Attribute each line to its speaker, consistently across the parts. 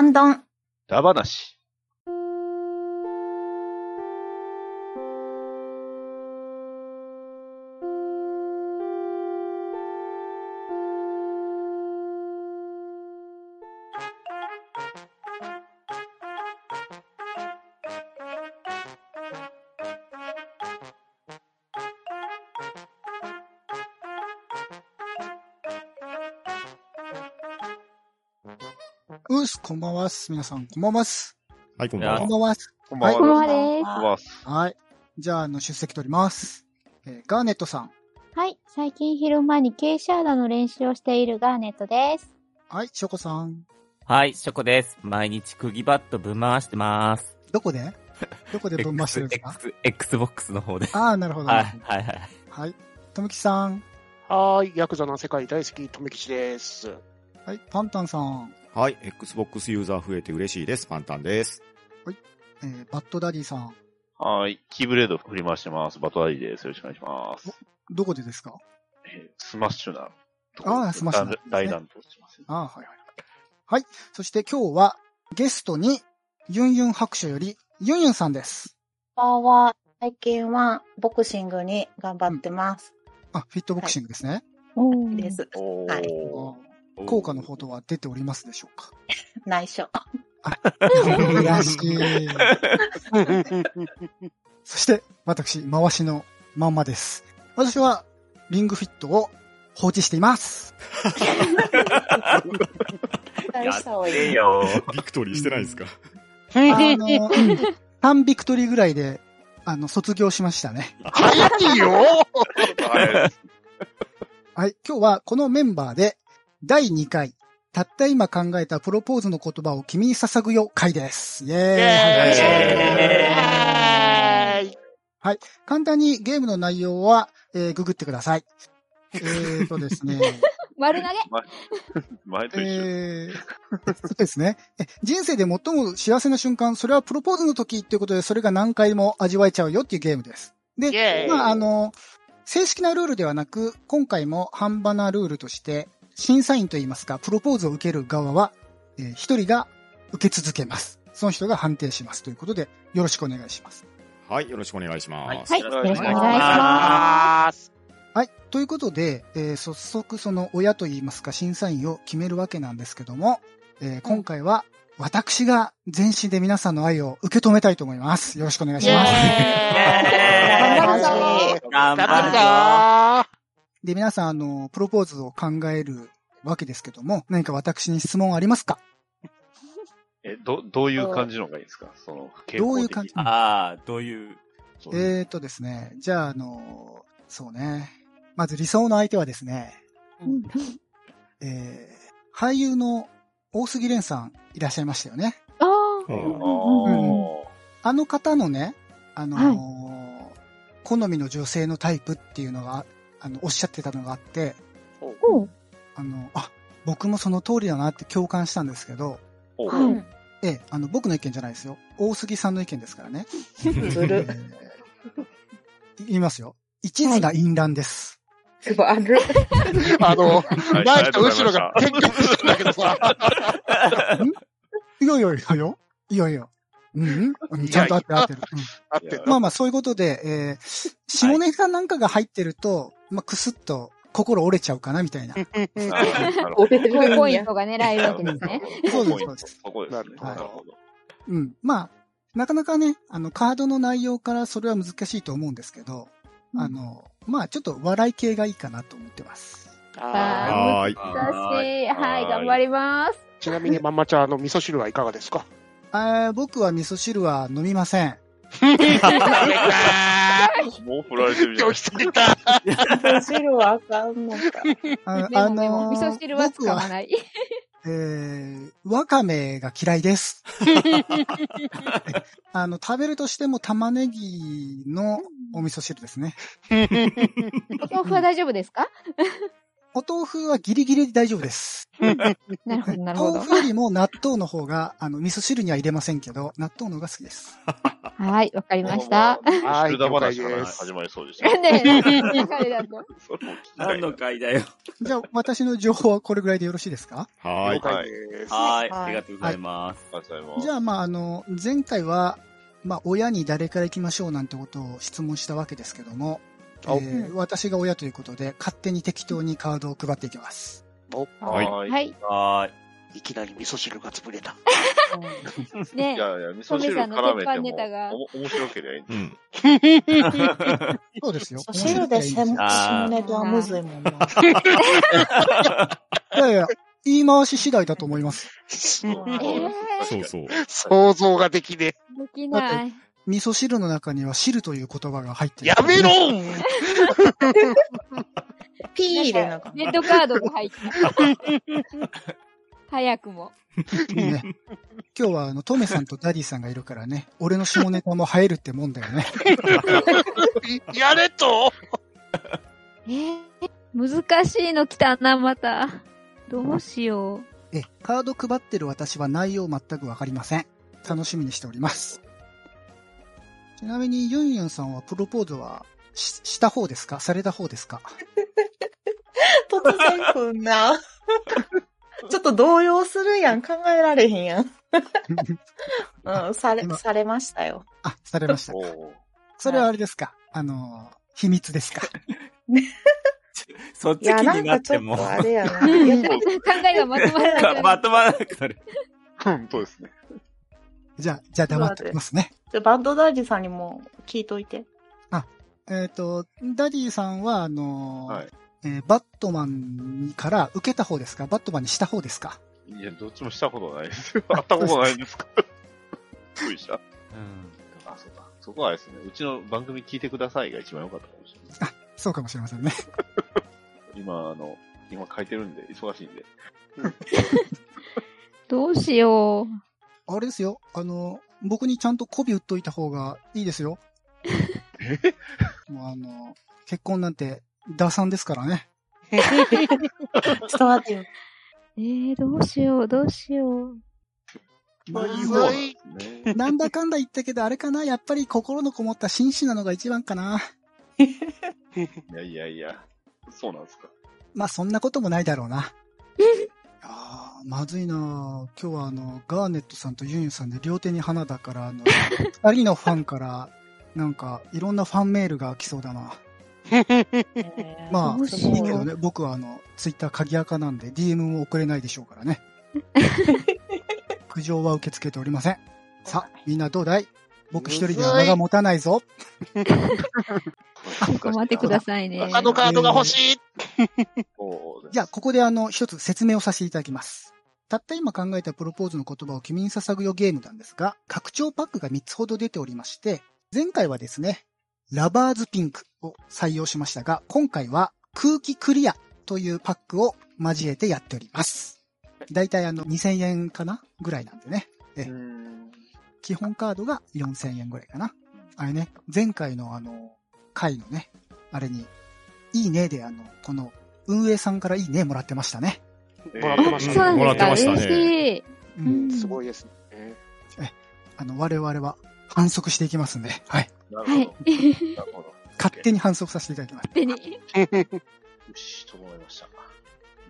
Speaker 1: んどん。
Speaker 2: ダバナシ。
Speaker 3: うっす、こんばんはっす。皆さん、こんばんはっす。
Speaker 4: はい、こん
Speaker 2: ん
Speaker 4: ば
Speaker 2: ばん
Speaker 4: ん
Speaker 2: は
Speaker 3: こん。ば
Speaker 4: は
Speaker 3: んはっす。
Speaker 2: こんばん
Speaker 3: こんば
Speaker 2: は。
Speaker 3: ん
Speaker 5: で
Speaker 2: こんばんは。
Speaker 3: はい。じゃあ、あの、出席取ります。えーガーネットさん。
Speaker 5: す。はい。最近昼間に傾斜穴の練習をしているガーネットです。
Speaker 3: はい、ショコさん。
Speaker 6: はい、ショコです。毎日釘バットぶん回してます。
Speaker 3: どこで どこで分回してるんですか
Speaker 6: X、Xbox の方で。
Speaker 3: ああ、なるほど。
Speaker 6: はい、はい、はい。
Speaker 3: はい。とむきさん。
Speaker 7: はーい、ヤクザの世界大好き、とめきちです。
Speaker 3: はい、パンタンさん。
Speaker 4: はい、Xbox ユーザー増えて嬉しいです。パンタンです。
Speaker 3: えーバッドダディさん。
Speaker 2: はい。キーブレード振り回してます。バトダイです。よろしくお願いします。
Speaker 3: どこでですか
Speaker 2: えースマッシュな。
Speaker 3: あースマッシュな
Speaker 2: 大乱闘してます。
Speaker 3: ああ、はいはい。はい。そして今日は、ゲストに、ユンユン白書より、ユンユンさんです。
Speaker 1: こんばんは。最近はボクシングに頑張ってます。
Speaker 3: あ、フィットボクシングですね。
Speaker 5: お
Speaker 1: で。す。
Speaker 2: お
Speaker 1: はい
Speaker 2: ー。
Speaker 3: あー効果のほどは出ておりますでしょうか
Speaker 1: 内緒。
Speaker 3: 悔しい。 そして、私、回しのまんまです。私は、リングフィットを放置してい ます。
Speaker 1: 大した多い。
Speaker 2: ええよ
Speaker 4: ビクトリーしてないですか
Speaker 3: あの、3ビクトリーぐらいで、あの、卒業しましたね。
Speaker 7: 早いよ
Speaker 2: ー。
Speaker 3: はい、今日はこのメンバーで、第2回、たった今考えたプロポーズの言葉を君に捧ぐよ会です。イェ
Speaker 7: イ
Speaker 3: ーイ
Speaker 7: エーイ
Speaker 3: 簡単にゲームの内容は、えーググってください。えーとですね。
Speaker 5: 丸投げ
Speaker 2: 前と一緒。
Speaker 3: えー、そうですね。え人生で最も幸せな瞬間、それはプロポーズの時っていうことで、それが何回も味わえちゃうよっていうゲームです。
Speaker 7: イエ
Speaker 3: で
Speaker 7: ー、イ
Speaker 3: まあ、あの、正式なルールではなく、今回も半端なルールとして、審査員といいますか、プロポーズを受ける側は、えー一人が受け続けます。その人が判定しますということで、よろしくお願いします。
Speaker 4: はい、よろしくお願いします。
Speaker 5: はい。
Speaker 2: よ
Speaker 5: よ
Speaker 2: ろ
Speaker 5: ろ
Speaker 2: し
Speaker 5: し
Speaker 2: く
Speaker 5: く
Speaker 2: お
Speaker 5: お
Speaker 2: 願い
Speaker 5: 願い
Speaker 2: し
Speaker 5: し
Speaker 2: ま
Speaker 5: ま
Speaker 7: ます。
Speaker 3: はい。ということで、えー早速その親といいますか審査員を決めるわけなんですけども、えー今回は私が全身で皆さんの愛を受け止めたいと思います。よろしくお願いします。
Speaker 7: エーイ
Speaker 6: 頑
Speaker 7: 頑張るぞ
Speaker 6: 張
Speaker 3: で、皆さん、あの、プロポーズを考えるわけですけども、何か私に質問ありますか
Speaker 2: え、ど、どういう感じのがいいですかその、
Speaker 3: どういう感じ
Speaker 2: 傾
Speaker 6: るぞああ、どういう。
Speaker 2: 向的に
Speaker 3: えーとですね、じゃあ、あの、そうね。まず理想の相手はですね、
Speaker 5: うん
Speaker 3: えー、俳優の大杉蓮さんいらっしゃいましたよね。
Speaker 5: あ
Speaker 4: う
Speaker 5: ー
Speaker 4: ん
Speaker 5: うんうんうん
Speaker 3: あの方のね、あのー好みの女性のタイプっていうのが、あの、おっしゃってたのがあって、
Speaker 5: うん
Speaker 3: あの、あ、僕もその通りだなって共感したんですけど、
Speaker 2: お
Speaker 5: は
Speaker 2: ー
Speaker 5: い
Speaker 3: ええ、あの、僕の意見じゃないですよ。大杉さんの意見ですからね。
Speaker 1: ずる。
Speaker 3: 言いますよ。一途な淫乱です。
Speaker 1: すごい、ある。
Speaker 7: あの、
Speaker 2: はい
Speaker 7: 前と後ろが
Speaker 2: ありが
Speaker 7: 喧嘩
Speaker 2: とうございました
Speaker 7: してんだけどさ。
Speaker 3: いやいやいやよ。いやいや。うん、うん、ちゃんと合ってる合ってる。うん
Speaker 7: あってん
Speaker 3: まあまあ、そういうことで、えー、下ネタなんかが入ってると、まあ、くすっと心折れちゃうかな、みたいな。
Speaker 7: の。
Speaker 2: なるほどなるほ
Speaker 1: 折れ
Speaker 5: こういうポイン
Speaker 1: ト。
Speaker 5: トが狙えるわけですね。
Speaker 2: ど
Speaker 3: そうですそうです
Speaker 2: そこですね。
Speaker 3: はい
Speaker 2: なるほど。
Speaker 3: うん。まあ、なかなかね、あの、カードの内容からそれは難しいと思うんですけど、あの、まあ、ちょっと笑い系がいいかなと思ってます。
Speaker 7: あ
Speaker 5: あ
Speaker 4: はーい。
Speaker 5: ー
Speaker 6: は
Speaker 5: 私、はい、
Speaker 2: はーい
Speaker 5: 頑張ります。
Speaker 7: ーちなみに、まんまちゃん、あの、味噌汁はいかがですか
Speaker 3: あー僕は味噌汁は飲みません。
Speaker 2: もう振られてるじゃん
Speaker 7: 今日。してきた
Speaker 1: 汁はあかんのか。
Speaker 3: あ
Speaker 5: でもでも、味噌汁は使
Speaker 3: 僕
Speaker 5: わ
Speaker 3: は、
Speaker 5: ない。
Speaker 3: えー、わかめが嫌い です。あの、食べるとしても玉ねぎのお味噌汁ですね。
Speaker 5: お豆腐は大丈夫ですか
Speaker 3: お豆腐はギリギリで大丈夫です。
Speaker 5: なるほど、なるほ
Speaker 3: 豆
Speaker 5: ど。
Speaker 3: 腐よりも納豆の方が、あの、味噌汁には入れませんけど、納豆の方が好きです。
Speaker 5: はい、わかりました。
Speaker 7: は
Speaker 2: 集
Speaker 7: い、
Speaker 2: 団
Speaker 7: 了解
Speaker 2: 話から
Speaker 7: で
Speaker 2: 始
Speaker 7: す。
Speaker 2: まりそうでした。
Speaker 5: ねえ、彼だと。
Speaker 2: それも聞きたい
Speaker 6: 何の回だよ。
Speaker 3: じゃあ、私の情報はこれぐらいでよろしいですか
Speaker 7: 了
Speaker 4: はい。
Speaker 7: 解です。
Speaker 6: はい、
Speaker 1: はい
Speaker 6: ありがとうございます。
Speaker 2: ありがとうございます
Speaker 3: じゃあ、まあ、あの、前回は、まあ、親に誰から行きましょうなんてことを質問したわけですけども、え
Speaker 7: あ
Speaker 3: ー私が親ということで、勝手に適当にカードを配っていきます。
Speaker 7: お
Speaker 2: はい。
Speaker 5: は。い。
Speaker 6: はーい。
Speaker 7: いきなり味噌汁が潰れた。
Speaker 5: ね
Speaker 2: いやいや、味噌汁絡め
Speaker 5: トメさんの鉄板ネタが
Speaker 2: ても、おも面白ければいい。
Speaker 4: うん。
Speaker 3: そうですよ。
Speaker 1: そう汁で
Speaker 3: 面白い
Speaker 1: 専
Speaker 3: みたい
Speaker 1: 下ネタはむずいもんな。
Speaker 3: ですいやいや、言い回し次第だと思います。
Speaker 4: そ
Speaker 2: そううそう。
Speaker 4: そう。
Speaker 7: 想像ができね
Speaker 5: え、できない。
Speaker 3: 味噌汁の中には汁という言葉が入ってる
Speaker 7: え。やめろ
Speaker 1: ピー入れなか
Speaker 5: レッドカードが入った。早くも。
Speaker 3: ね、今日はあの、トメさんとダディさんがいるからね、俺の下ネタも入るってもんだよね。
Speaker 7: やれと
Speaker 5: えー、難しいの来たな、また。どうしよう。
Speaker 3: え、カード配ってる私は内容全くわかりません。楽しみにしております。ちなみに、ユンユンさんはプロポーズはしした方ですかされた方で すか
Speaker 1: 突然くんな。ちょっと動揺するやん。考えられへんやん。うん、され、
Speaker 3: 今
Speaker 1: されましたよ。
Speaker 3: あ、されました。
Speaker 2: おー
Speaker 3: それはあれですかあの、秘密で すか
Speaker 6: そっ
Speaker 1: い
Speaker 6: ち気
Speaker 1: や、な
Speaker 6: に
Speaker 1: ん
Speaker 6: なっ
Speaker 1: かち
Speaker 6: て
Speaker 1: ょっ
Speaker 6: も、
Speaker 1: とあ
Speaker 6: か
Speaker 1: れや な。
Speaker 5: うん
Speaker 1: やっ
Speaker 5: 考えがまとまらなくな
Speaker 6: ま
Speaker 5: る。
Speaker 6: とまらなくなる。
Speaker 2: うん、そうですね。
Speaker 3: じゃあ、じゃあ黙っておきますね。
Speaker 1: ぱバンドダージさんにも聞いといて。
Speaker 3: えっ、と、ダディさんは、あのー
Speaker 2: はい
Speaker 3: えーバットマンから受けた方ですかバットマンにした方ですか
Speaker 2: いや、どっちもしたことないですよ。あ ったことないんですかびっくりした。
Speaker 6: うん。
Speaker 2: あ、そうだ。そこはですね、うちの番組聞いてくださいが一番良かったかもしれない。
Speaker 3: そうかもしれませんね。
Speaker 2: 今、あの、今書いてるんで、忙しいんで。
Speaker 5: どうしよう。
Speaker 3: あれですよ、あのー僕にちゃんと媚び売っといた方がいいですよ。もうあのー結婚なんて、打算ですからね。
Speaker 1: ちょっと待ってよ。
Speaker 5: えー、どうしよう、どうしよう。
Speaker 7: まず
Speaker 2: そうなん
Speaker 7: い。
Speaker 2: ですね。
Speaker 3: なんだかんだ言ったけど、あれかなやっぱり心のこもった紳士なのが一番かな。
Speaker 2: いやいやいや、そうなんですか。
Speaker 3: まあそんなこともないだろうな。ああ、まずいな今日はあの、ガーネットさんとユンユンさんで両手に花だから、あの、二人のファンから、なんか、いろんなファンメールが来そうだな。まあ、
Speaker 5: どうしよう
Speaker 3: いいけどね、僕はあの、ツイッター鍵垢なんで DM も送れないでしょうからね。苦情は受け付けておりません。さあ、みんなどうだい僕一人では間が持たないぞ。
Speaker 5: ちょっと待ってくださいね。
Speaker 7: 他のカードが欲しい。
Speaker 2: そうです
Speaker 3: じゃあ、ここであの、一つ説明をさせていただきます。たった今考えたプロポーズの言葉を君に捧ぐよゲームなんですが、拡張パックが3つほど出ておりまして、前回はですね、ラバーズピンクを採用しましたが、今回は空気クリアというパックを交えてやっております。だいたいあの、2000円かなぐらいなんでね。え基本カードが4000円ぐらいかな。あれね、前回のあの、回のね、あれに、いいねであの、この、運営さんからいいねもらってましたね。
Speaker 2: え
Speaker 7: もらって
Speaker 5: あ
Speaker 7: まし
Speaker 5: そう
Speaker 7: た
Speaker 5: な
Speaker 7: ね。
Speaker 5: ん
Speaker 4: もら
Speaker 5: で
Speaker 4: っ
Speaker 5: す
Speaker 4: て
Speaker 5: か
Speaker 4: ましたね
Speaker 5: 嬉しい。
Speaker 3: う。
Speaker 5: うんん
Speaker 7: すごいですね。
Speaker 3: あの、我々は反則していきますんで、はい。
Speaker 2: なるほ
Speaker 5: はい
Speaker 2: ど。。
Speaker 5: 勝
Speaker 2: なるほど。
Speaker 3: 勝手に反則させていただきます。
Speaker 5: 手に。
Speaker 2: よし、整いました。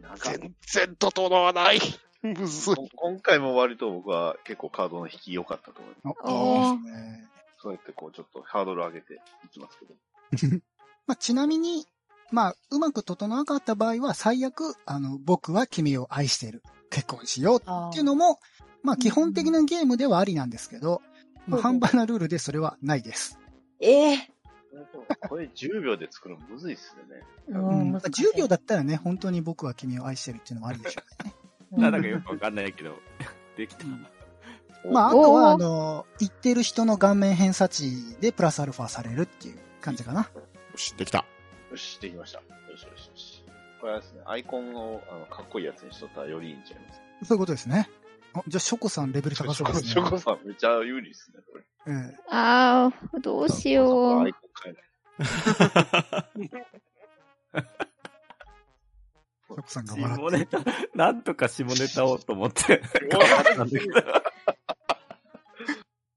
Speaker 2: なんか、
Speaker 7: 全然整わない。む ずい。
Speaker 2: こ今回も割と僕は結構カードの引き良かったと思います。
Speaker 3: お
Speaker 5: お
Speaker 3: い
Speaker 5: ー
Speaker 3: いですね。
Speaker 2: そうやってこう、ちょっとハードル上げていきますけど。
Speaker 3: まあ、ちなみに、まあ、うまく整わなかった場合は、最悪、あの、僕は君を愛している。結婚しようっていうのも、まあ、基本的なゲームではありなんですけど、まあ、
Speaker 1: うん
Speaker 3: 半端なルールでそれはないです。
Speaker 1: ええ
Speaker 2: これ10秒で作るのむずいっすよね。
Speaker 3: う
Speaker 1: うん
Speaker 3: ん、まあ10秒
Speaker 1: だ。
Speaker 3: だったらね、本当に僕は君を愛してるっていうのもありでしょうね。
Speaker 6: なんだかよくわかんないけど、できた。
Speaker 3: まあ、あ
Speaker 5: お
Speaker 3: とは、
Speaker 5: お
Speaker 3: あの、言ってる人の顔面偏差値でプラスアルファされるっていう感じかな。
Speaker 4: 知ってきた。
Speaker 2: よし、できました。よしよしよし。これはですね、アイコンをあのかっこいいやつにしとったらよりいいんちゃいます
Speaker 3: そういうことですね。あじゃあ、ショコさんレベル高そうですね。
Speaker 2: ショコさんめっちゃ有利っすね、これ。
Speaker 3: ええ
Speaker 5: ああ、どうしよ
Speaker 2: ア
Speaker 5: う
Speaker 2: イ。コン変えない。そう
Speaker 3: サコさんが笑
Speaker 6: 下ネタ、なんとか下ネタをと思って。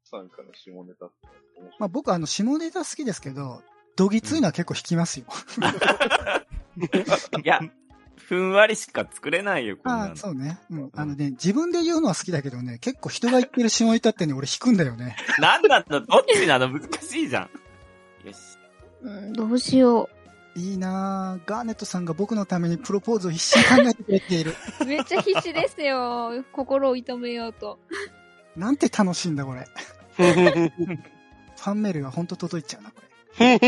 Speaker 2: さんから下ネタって面
Speaker 3: まあ、僕、あの、下ネタ好きですけど、どぎついのは結構引きますよ。
Speaker 6: いや、ふんわりしか作れないよ、こんな
Speaker 3: あ
Speaker 6: の
Speaker 3: あ、。そうね。うん。あのね、自分で言うのは好きだけどね、結構人が言ってる下ネタってね、俺引くんだよね。
Speaker 6: なんなんだ、どっちなの難しいじゃん。よし。
Speaker 5: うん、どうしよ
Speaker 3: いいなぁ。ガーネットさんが僕のためにプロポーズを必死に考えてくれている。
Speaker 5: う。めっちゃ必死ですよ。心を痛めようと。
Speaker 3: なんて楽しいんだ、これ。ファンメールがほんと届いちゃうな、これ。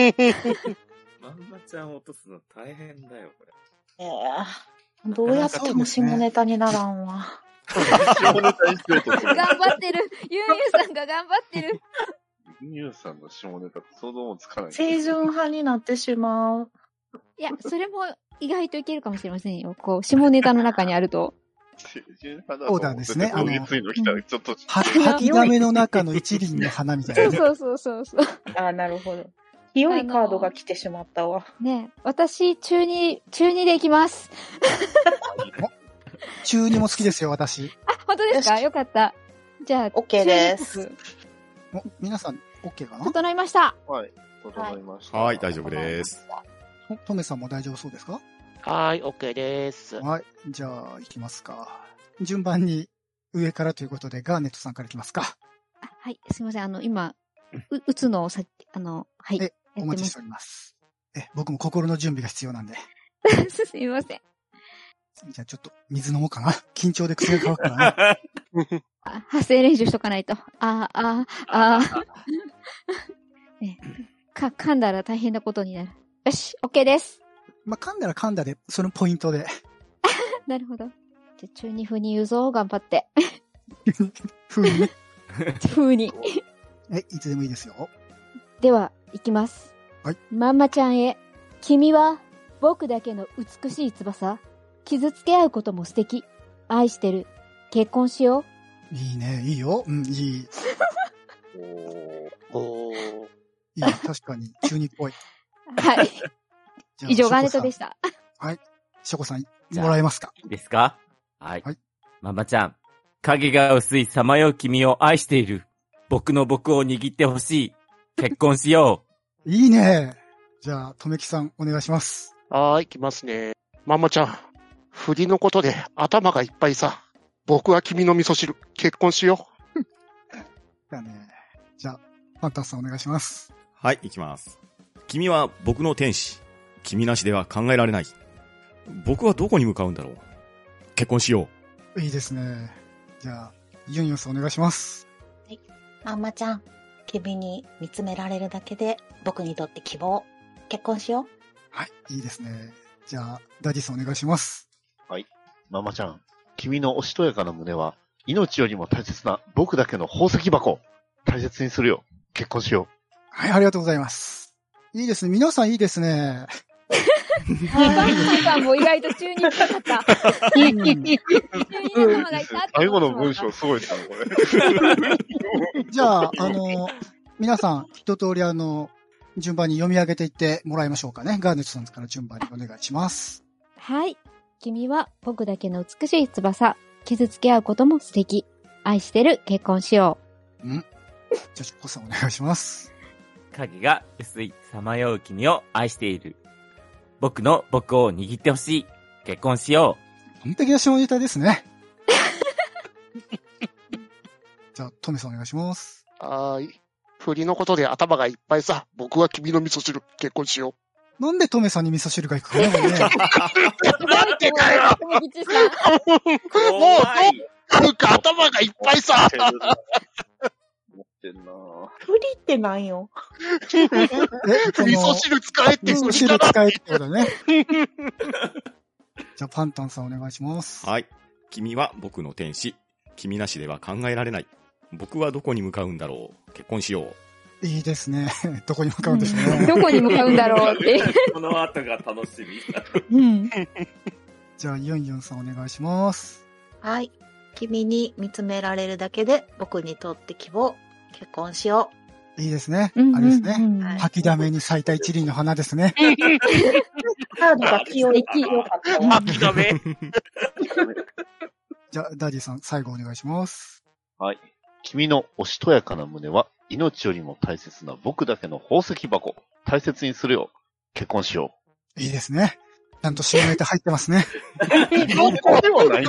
Speaker 6: まんまちゃん落とすの大変だよ、これ。
Speaker 1: えーどうやっても下ネタにならんわ。
Speaker 2: 白い。下ネタにしようとする
Speaker 5: 頑。張ってる。ゆうゆうさんが頑張ってる。
Speaker 2: ニューさんの下ネタって想像もつかない。
Speaker 1: 清純派になってしまう。
Speaker 5: いや、それも意外といけるかもしれませんよ。こう、下ネタの中にあると。
Speaker 2: 清純派だ
Speaker 3: オーダーですね
Speaker 2: あの、ついの来たらちょっと、
Speaker 3: 吐き、吐きだめの中の一輪の花みたい
Speaker 5: そう
Speaker 3: なね。
Speaker 5: そうそうそうそう。
Speaker 1: ああ、なるほど。清いカードが来てしまったわ。
Speaker 5: ねえ私、中二、中二で行きます。
Speaker 3: 中二も好きですよ、私。
Speaker 5: あ、本当ですか
Speaker 1: よし
Speaker 5: よかった。じゃあ、
Speaker 1: OK です
Speaker 5: 中二です。
Speaker 3: お皆さん、OK かな
Speaker 5: 整いました。
Speaker 2: はい、整いました。
Speaker 4: はい、大丈夫です。
Speaker 3: おトメさんも大丈夫そうですか
Speaker 7: はーい、OK です。
Speaker 3: はい。じゃあ、行きますか。順番に上からということで、ガーネットさんからいきますか。
Speaker 5: あはい、すいません。あの、今、う、打つのをさっき、あの、はい。
Speaker 3: え
Speaker 5: やって
Speaker 3: お
Speaker 5: ま
Speaker 3: 待ちし
Speaker 5: す
Speaker 3: ております。え、僕も心の準備が必要なんで。
Speaker 5: すいません。
Speaker 3: じゃあちょっと水飲もうかな。緊張で口が乾くから ね。
Speaker 5: あ発声練習しとかないと。あーあー、あーねか、噛んだら大変なことになる。よし、OK です。
Speaker 3: まあ、噛んだら噛んだで、そのポイントで。
Speaker 5: なるほど。じゃあ、中二風に言うぞ、頑張って。
Speaker 3: ふうにね。
Speaker 5: 風に。
Speaker 3: え、いつでもいいですよ。
Speaker 5: では、いきます。
Speaker 3: はい。
Speaker 5: まんまちゃんへ。君は、僕だけの美しい翼。傷つけ合うことも素敵。愛してる。結婚しよう。
Speaker 3: いいね、いいよ。うん、いい。
Speaker 2: おー
Speaker 7: おー。
Speaker 3: いい。確かに、中二っぽい。
Speaker 5: はい。
Speaker 3: じゃあ
Speaker 5: 以上、ガーネットでし
Speaker 3: シ
Speaker 5: た。
Speaker 3: ョコさん、ショコさん、もらえますか
Speaker 6: いいですかはい。
Speaker 3: はい
Speaker 6: ママちゃん、影が薄いさまよう君を愛している。僕の僕を握ってほしい。結婚しよ
Speaker 3: いいね。じゃあ、とめきさん、お願いします。
Speaker 7: はーい、行きますね。ママちゃん、振りのことで頭がいっぱいさ。僕は君の味噌汁、結婚しよ
Speaker 3: だね。じゃあ、パンタンさん、お願いします。
Speaker 4: はい、いきます。君は僕の天使。君なしでは考えられない。僕はどこに向かうんだろう。結婚しよ
Speaker 3: いいですね。じゃあ、ユンヨンさん、お願いします。
Speaker 8: あんまちゃん、君に見つめられるだけで僕にとって希望。結婚しよう。
Speaker 3: はい。いいですね。じゃあ、ダディさん、お願いします。
Speaker 2: ママちゃん、君のおしとやかな胸は、命よりも大切な僕だけの宝石箱。大切にするよ。結婚しよ
Speaker 3: はい、ありがとうございます。いいですね。皆さん、いいですね。
Speaker 5: バンマさんも意外と中二っぽかった。 中二
Speaker 2: う。
Speaker 5: 頭がいたって
Speaker 2: 最
Speaker 5: 思
Speaker 2: 後の
Speaker 5: ってしまった
Speaker 2: 文章すごいですね、これ。
Speaker 3: じゃ あ、あの、皆さん、一通りあの、順番に読み上げていってもらいましょうかね。ガーネットさんから順番にお願いします。
Speaker 5: はい。君は僕だけの美しい翼。傷つけ合うことも素敵。愛してる。結婚しよ
Speaker 3: じゃあ、チョコさんお願いします。
Speaker 6: う。影が薄いさまよう君を愛している。僕の僕を握ってほしい。結婚しよ
Speaker 3: 完璧な下ネタです ね。じゃあ、トメさんお願いします。
Speaker 7: う。はーい。振りのことで頭がいっぱいさ。僕は君の味噌汁、結婚しよ
Speaker 3: なんでトメさんに味噌汁が行くか ね、これね。
Speaker 5: う。なんて かよ
Speaker 6: う。
Speaker 7: もうう。なんか頭がいっぱいさ。
Speaker 2: 持ってんなぁ。
Speaker 1: 不利ってなん よ。
Speaker 3: え、そ
Speaker 7: 味噌
Speaker 3: の、
Speaker 7: 汁使えって
Speaker 3: 味
Speaker 7: 振
Speaker 3: 噌汁
Speaker 7: りだな。
Speaker 3: 使えってことね。じゃあ、パンタンさんお願いします。
Speaker 4: う。はい。君は僕の天使。君なしでは考えられない。僕はどこに向かうんだろう。結婚しよう。
Speaker 3: いいですね。 どこに向かうんでしょうね。
Speaker 5: どこに向かうんだろうって。
Speaker 6: この後が楽しみ。
Speaker 1: うん。
Speaker 3: じゃあ、ユンユンさんお願いします。
Speaker 8: はい。君に見つめられるだけで僕にとって希望。結婚しよ
Speaker 3: いいですね。
Speaker 5: うん
Speaker 3: あれですね。
Speaker 5: うんうん
Speaker 1: はい
Speaker 3: 吐きだめに咲いた一輪の花ですね。
Speaker 1: カードが強 い。強かったわ。
Speaker 7: きだめ。
Speaker 3: じゃあ、ダディさん、最後お願いします。
Speaker 2: はい。君のおしとやかな胸は命よりも大切な僕だけの宝石箱。大切にするよ。結婚しよ
Speaker 3: いいですね。ちゃんと下ネタ入ってますね。
Speaker 2: う。両方ではない。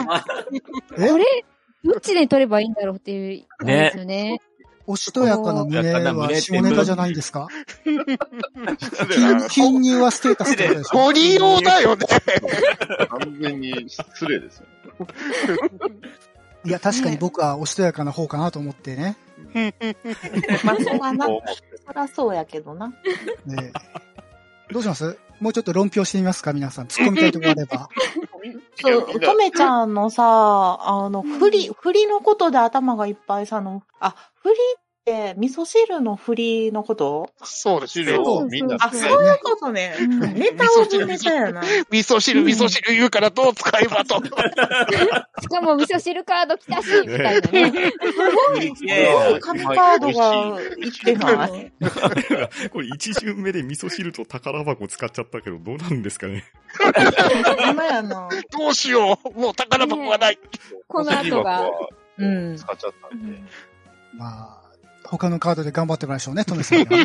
Speaker 3: え
Speaker 5: これ、どっちで取ればいいんだろうっていう、あれですよね。
Speaker 3: おしとやかな胸は下ネタじゃないんですか金入はステータスってことでしょ
Speaker 7: ゴリ用だよね。
Speaker 2: 完全に失礼ですよ。
Speaker 3: いや、確かに僕はおしとやかな方かなと思ってね。
Speaker 8: まあ、そうだな。
Speaker 2: こう思
Speaker 8: そ
Speaker 2: って
Speaker 8: らそうやけどな。
Speaker 3: ねえどうしますもうちょっと論評してみますか皆さん。突っ込みたいところあれ ば。
Speaker 8: そう、乙女ちゃんのさ、あの、振り、振りのことで頭がいっぱいさ、あの、あ、振りって、味噌汁の振りのこと
Speaker 7: そうです
Speaker 2: 汁
Speaker 7: よ。
Speaker 2: をみんな
Speaker 1: あ、そういうことね。うんネタを振ネタやな。
Speaker 7: 味噌汁、味噌汁言うからどう使えばと。
Speaker 5: しかも味噌汁カード来たし、みたいな ね。
Speaker 8: 紙カードがいってない。
Speaker 4: これ一巡目で味噌汁と宝箱使っちゃったけど、どうなるんですかね。
Speaker 8: 今やな。
Speaker 7: どうしよう。もう宝箱はない。
Speaker 5: この後が。
Speaker 8: うん。
Speaker 2: 使っちゃったんで。
Speaker 3: まあ、他のカードで頑張ってもらいましょうね、トメさんには ね。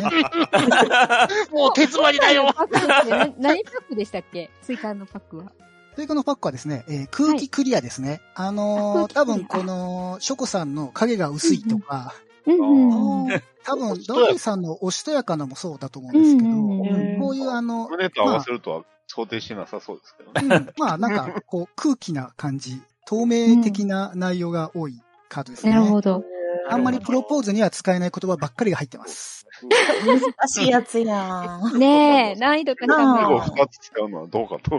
Speaker 7: もう手詰まりだよ。
Speaker 5: パックですよね何パックでしたっけ追加のパックは。
Speaker 3: 追加のパックはですね、えー空気クリアですね。あのー
Speaker 5: あ空気クリア
Speaker 3: 多分この、ショコさんの影が薄いとか、
Speaker 5: うんうん。
Speaker 3: 多分、
Speaker 2: おお
Speaker 3: ド
Speaker 2: しとや
Speaker 3: リーさんのおしとやかなもそうだと思うんですけど、
Speaker 5: うんうん
Speaker 8: うん
Speaker 3: こういうあ の、
Speaker 2: 胸と合わせるとは想定してなさそうですけどね。
Speaker 3: うんまあなんか、こう、空気な感じ、透明的な内容が多いカードですね。
Speaker 5: なるほど。
Speaker 3: あんまりプロポーズには使えない言葉ばっかりが入ってます。
Speaker 8: 難しいやつや ん。
Speaker 5: ねえ、難易度高
Speaker 8: な
Speaker 5: め。
Speaker 2: 最後二つ使うのはどうかと。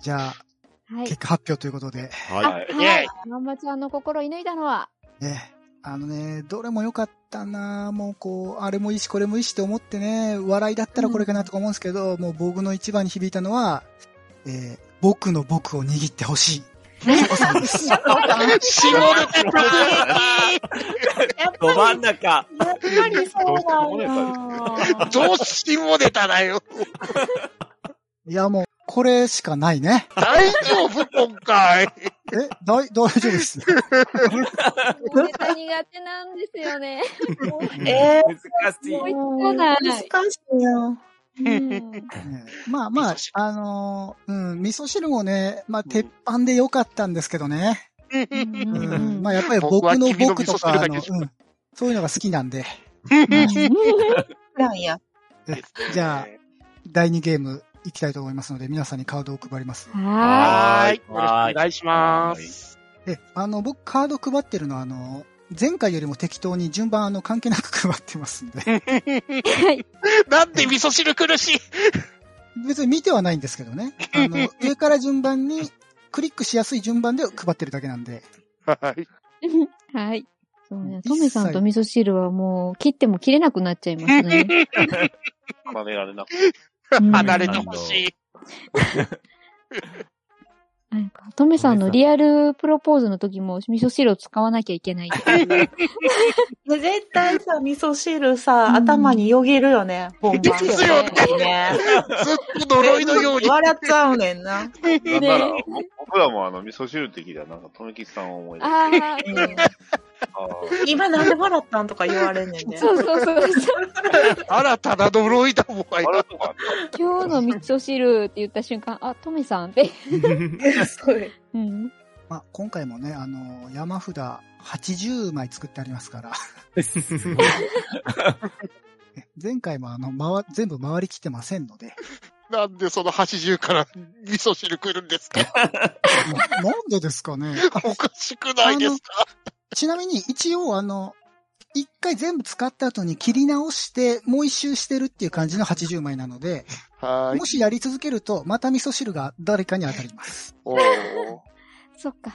Speaker 3: じゃあ、
Speaker 5: はい
Speaker 3: 結。果発表ということで、
Speaker 4: はい。
Speaker 2: はい
Speaker 5: はい。まんまちゃんの心を射抜いたのは、
Speaker 3: ね、あのね、どれも良かったなもうこう、あれもいいし、これもいいしと思ってね、笑いだったらこれかなとか思うんですけど、もう僕の一番に響いたのは、えー僕の僕を握ってほしい。ショコさんです。
Speaker 7: 下ネタ得
Speaker 8: やっぱ
Speaker 6: ど真
Speaker 8: り
Speaker 6: ん、中。
Speaker 8: やっぱりそうだよ。
Speaker 7: ど下ネタだよ。
Speaker 3: いやもう、これしかないね。
Speaker 7: 大丈夫今回。
Speaker 3: え、だい、大丈夫 です。
Speaker 5: ネタ苦手なんですよね。
Speaker 8: え
Speaker 6: 難しい。
Speaker 8: ー、難しいやん。
Speaker 5: うん
Speaker 3: ねまあまあ
Speaker 7: 味噌汁、
Speaker 3: あのーうん、味噌汁もね、まあ、鉄板で良かったんですけどね。
Speaker 5: うん
Speaker 3: うん、
Speaker 5: うん
Speaker 3: まあ、やっぱり僕
Speaker 7: 僕は
Speaker 3: の
Speaker 7: 君の
Speaker 3: 僕とか、
Speaker 7: 味噌汁
Speaker 3: あ
Speaker 7: だ
Speaker 3: の、
Speaker 7: けです
Speaker 3: うん、そういうのが好きなんで、
Speaker 8: なんや。
Speaker 3: じゃ第2ゲーム行きたいと思いますので、皆さんにカードを配ります。
Speaker 5: は
Speaker 7: はーい。よろしく
Speaker 6: はーい
Speaker 7: お願いします。
Speaker 3: で、あの、僕カード配ってるのは、あの、前回よりも適当に順番、あの、関係なく配ってますんで、
Speaker 7: なんで味噌汁苦しい
Speaker 3: 別に見てはないんですけどね。あの、上から順番に、クリックしやすい順番で配ってるだけなんで、
Speaker 7: はい。
Speaker 5: い。はい。そうね。
Speaker 3: 一切
Speaker 5: トメさんと味噌汁はもう切っても切れなくなっちゃいますね。
Speaker 2: 離れられなくて。
Speaker 5: うん
Speaker 7: 離れてほしい。
Speaker 5: なんかトメさんのリアルプロポーズの時も味噌汁を使わなきゃいけないっていう。
Speaker 8: 絶対さ、味噌汁さ、
Speaker 5: うん
Speaker 8: 頭によぎるよね。本番
Speaker 7: ですよ
Speaker 8: ね。
Speaker 7: ずっと呪いのように。
Speaker 8: 笑っちゃうねんな。
Speaker 2: なんなら、ぼ僕らもあの、味噌汁って聞いたら、なんか、とめきちさんを思い出す。
Speaker 5: ああ、
Speaker 2: あ
Speaker 8: 今なんで笑ったんとか言われんね んね。
Speaker 5: そうそうそうそう。
Speaker 7: 新たな呪いだもん。
Speaker 2: ーあれとか、
Speaker 5: 今日の味噌汁って言った瞬間、あ、トメさんって。
Speaker 1: すごい。
Speaker 5: うん。
Speaker 3: まあ、今回もね、あの、山札80枚作ってありますから、 前回もあの、回、全部回りきってませんので、
Speaker 7: なんでその80から味噌汁来るんですか
Speaker 3: ななんでですか ね。あ
Speaker 7: おかしくないですか
Speaker 3: ちなみに一応あの、一回全部使った後に切り直して、もう一周してるっていう感じの80枚なので、
Speaker 7: はい
Speaker 3: も。しやり続けると、また味噌汁が誰かに当たります。
Speaker 7: おー
Speaker 5: そっか。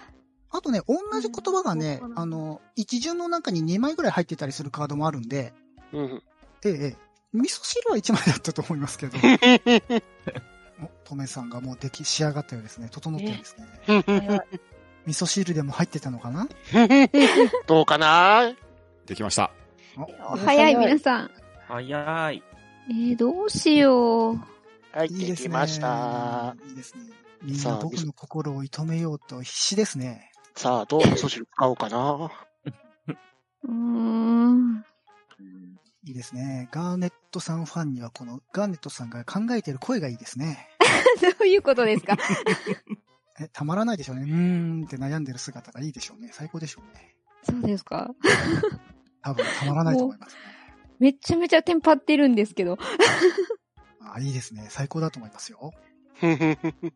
Speaker 3: あとね、同じ言葉がね
Speaker 5: うんそう、かな
Speaker 3: あの、一巡の中に2枚ぐらい入ってたりするカードもあるんで、
Speaker 7: うん。
Speaker 3: ええ、ええ味噌汁は1枚だったと思いますけど、おトメさんがもう出来仕上がったようですね。整ったようですね。味噌汁でも入ってたのかな
Speaker 7: どうかな
Speaker 4: できました。
Speaker 5: お早い、皆さん。
Speaker 6: 早い。
Speaker 5: えー、どうしよう。
Speaker 7: はい、
Speaker 3: いい
Speaker 7: で
Speaker 3: です
Speaker 7: き
Speaker 3: ね。
Speaker 7: ました。
Speaker 3: いいですね。みん
Speaker 7: さ
Speaker 3: な
Speaker 7: あ
Speaker 3: 僕の心を射止めようと必死ですね。
Speaker 7: さあ、どう味噌汁買おうかな。
Speaker 5: うーん。
Speaker 3: いいですね。ガーネットさんファンにはこのガーネットさんが考えてる声がいいですね。
Speaker 5: どういうことですか
Speaker 3: え、たまらないでしょうね。うーんって悩んでる姿がいいでしょうね。最高でしょうね。
Speaker 5: そうですか
Speaker 3: 多分たまらないと思います。
Speaker 5: めっちゃめちゃテンパってるんですけど。
Speaker 3: あ、いいですね。最高だと思いますよ。
Speaker 7: ふんふんふん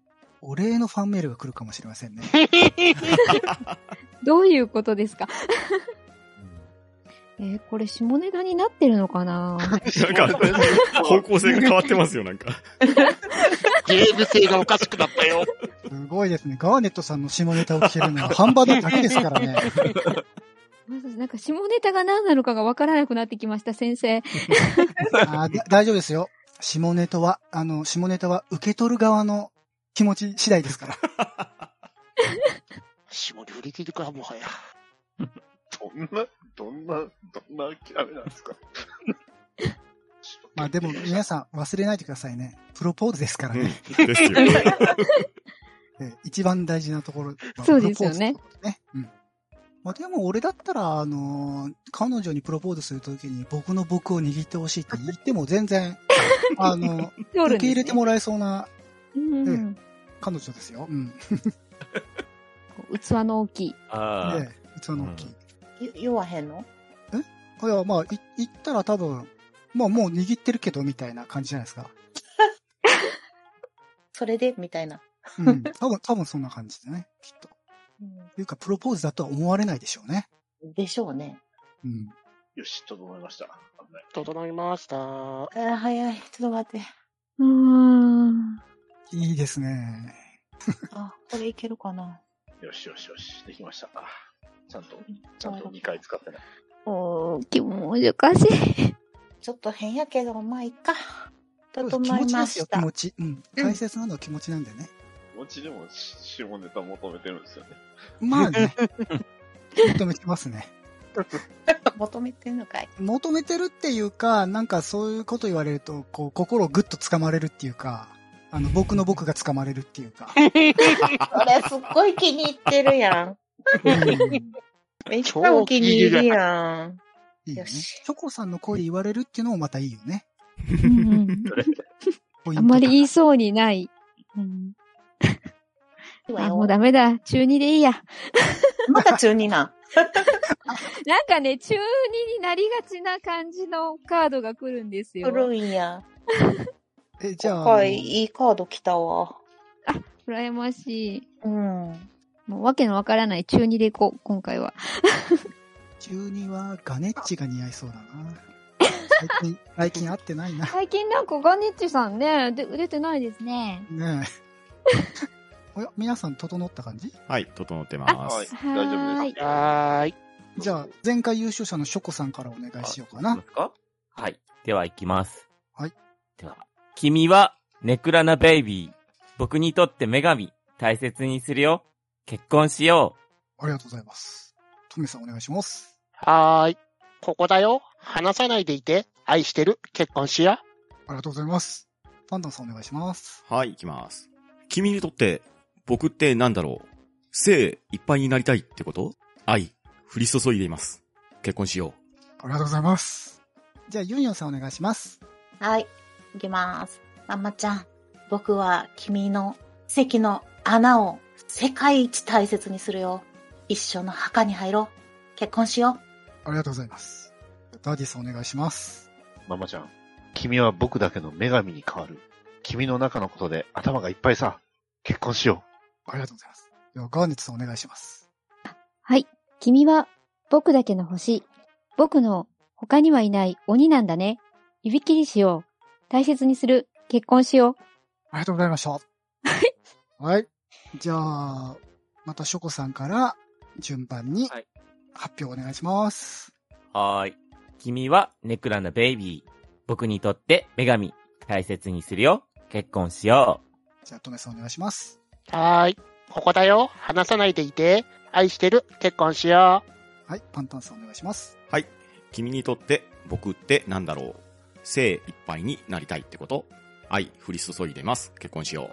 Speaker 3: お礼のファンメールが来るかもしれませんね。
Speaker 5: どういうことですかえーこれ下ネタになってるのかな
Speaker 4: なんか、方向性が変わってますよ、なんか。
Speaker 7: ゲーム性がおかしくなったよ。
Speaker 3: すごいですね。ガーネットさんの下ネタを聞けるのはハンバーガーだけですからね。
Speaker 5: まず なんか下ネタが何なのかがわからなくなってきました、先生。
Speaker 3: あーだ大丈夫ですよ。下ネタは、あの、下ネタは受け取る側の気持ち次第ですから。
Speaker 7: 下に振り切るか、もはや。
Speaker 2: どんな、どんな、どんな諦めなんですか
Speaker 3: まあでも皆さん忘れないでくださいね。プロポーズですからね。
Speaker 4: うんですよ。
Speaker 3: えー一番大事なところ。まあ
Speaker 5: そうですよね。
Speaker 3: プロポーズってことねうん。まあでも俺だったら、あのー彼女にプロポーズするときに僕の僕を握ってほしいって言っても全 然、あの、
Speaker 5: 通る
Speaker 3: 受
Speaker 5: んですね
Speaker 3: け入れてもらえそうな
Speaker 5: うん
Speaker 3: え彼女ですよ。うん。
Speaker 5: こう器の大きい。
Speaker 6: あ
Speaker 3: ねえ、器の大きい。
Speaker 8: 言言わへんの
Speaker 3: いや、まあ、い行ったら多分、まあもう握ってるけどみたいな感じじゃないですか。
Speaker 8: それでみたいな。
Speaker 3: うん。多分、多分そんな感じでね、きっと。
Speaker 8: うん
Speaker 3: というか、プロポーズだとは思われないでしょうね。
Speaker 8: でしょうね。
Speaker 3: うん。
Speaker 2: よし、と思いました。危ない
Speaker 7: 整いました。
Speaker 8: あー早い。ちょっと待って。
Speaker 5: うーん。
Speaker 3: いいですね。
Speaker 8: あ、これいけるかな。
Speaker 2: よしよしよし、できました。あちゃんと、ちゃんと2回使ってない。
Speaker 5: おー、気も難しい。
Speaker 8: ちょっと変やけど、まあ、いっか。整
Speaker 3: 気持
Speaker 8: い
Speaker 3: ちで
Speaker 8: ます
Speaker 3: よ
Speaker 8: し、
Speaker 3: 気
Speaker 8: た。
Speaker 3: 持ち。うん。大切なのは気持ちなんでね。
Speaker 2: おうちでも下ネタ求めてるんですよね。
Speaker 3: まあ ね。求めてますね。
Speaker 8: 求めてんのかい。
Speaker 3: 求めてるっていうか、なんかそういうこと言われると、こう、心をぐっと掴まれるっていうか、あの、僕の僕が掴まれるっていうか。
Speaker 8: これすっごい気に入ってるやん。
Speaker 3: うん
Speaker 8: めっちゃお気に入りやん。
Speaker 3: いいよね。
Speaker 8: よし
Speaker 3: チョコさんの声で言われるっていうのもまたいいよね。
Speaker 5: うんうん
Speaker 3: ポイント
Speaker 5: あんまり言いそうにない。うんあ、もうダメだ。中2でいいや。
Speaker 8: まだ中二なん。
Speaker 5: なんかね、中2になりがちな感じのカードが来るんですよ。
Speaker 8: 古いんや。
Speaker 3: 高え、じゃあ、
Speaker 8: 今
Speaker 3: あの
Speaker 8: 回いいカード来たわ。
Speaker 5: 羨ましい。
Speaker 8: うん。
Speaker 5: もうわけのわからない中2でいこう、今回は。
Speaker 3: 中二はガネッチが似合いそうだな。最近、最近会ってないな。
Speaker 5: 最近なんかガネッチさんね、で出てないですね。
Speaker 3: ね え。おや、皆さん整った感じ
Speaker 4: はい、整ってます。
Speaker 2: はい、
Speaker 5: はーい
Speaker 2: 大丈夫です。
Speaker 7: はーい。
Speaker 3: じゃあ、前回優勝者のショコさんからお願いしようかな。
Speaker 6: すかはい。では、行きます。
Speaker 3: はい。
Speaker 6: では、君は、ネクラなベイビー。僕にとって女神。大切にするよ。結婚しよ
Speaker 3: ありがとうございます。トメさんお願いします。
Speaker 7: はーい。ここだよ。離さないでいて。愛してる。結婚しや。
Speaker 3: ありがとうございます。パンダンさんお願いします。
Speaker 4: はい、行きます。君にとって、僕ってなんだろう。性いっぱいになりたいってこと愛、降り注いでいます。結婚しよ
Speaker 3: ありがとうございます。じゃあ、ユンヨンさんお願いします。
Speaker 8: はい。いきます。あんまちゃん、僕は君の席の穴を世界一大切にするよ。一緒の墓に入ろう。結婚しよ
Speaker 3: ありがとうございます。ダディさんお願いします。
Speaker 2: ママちゃん、君は僕だけの女神に変わる。君の中のことで頭がいっぱいさ。結婚しよ
Speaker 3: ありがとうございます。では、ガーネットさんお願いします。
Speaker 5: はい。君は、僕だけの星。僕の、他にはいない鬼なんだね。指切りしよう。大切にする。結婚しよ
Speaker 3: ありがとうございました。はい。じゃあ、またショコさんから順番に
Speaker 6: はい
Speaker 3: 発表お願いします。
Speaker 6: う。はーい。君は、ネクラなベイビー。僕にとって女神。大切にするよ。結婚しよう。
Speaker 3: じゃあ、トメさんお願いします。
Speaker 7: はーい。ここだよ。離さないでいて。愛してる。結婚しよう。
Speaker 3: はい。パンタンさんお願いします。
Speaker 4: う。はい。君にとって僕ってなんだろう精一杯になりたいってこと愛降り注いでます。結婚しよ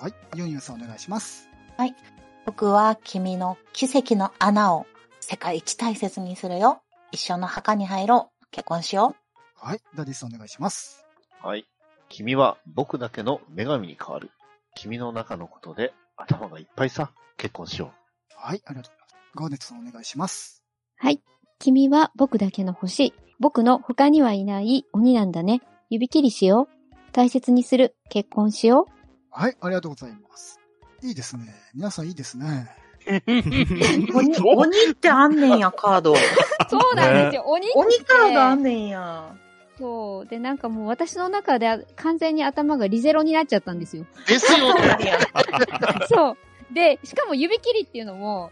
Speaker 4: う。
Speaker 3: はい。ユンユンさんお願いします。
Speaker 9: 僕は君の奇跡の穴を世界一大切にするよ。一生の墓に入ろう。結婚しよ
Speaker 3: はい。ダディさんお願いします。
Speaker 2: はい。君は僕だけの女神に変わる。君の中のことで頭がいっぱいさ。結婚しよ
Speaker 3: はい。ありがとうございます。ガーネットさんお願いします。
Speaker 5: はい。君は僕だけの星。僕の他にはいない鬼なんだね。指切りしよう。大切にする。結婚しよう。
Speaker 3: はい。ありがとうございます。いいですね。皆さんいいですね。
Speaker 9: う。鬼、
Speaker 8: 鬼ってあんねんや、カード。
Speaker 5: そうなんですよ。鬼って
Speaker 8: 鬼カードあんねんや。
Speaker 5: そう。で、なんかもう私の中であ完全に頭がリゼロになっちゃったんですよ。
Speaker 7: ですよね。
Speaker 5: そう。で、しかも指切りっていうのも、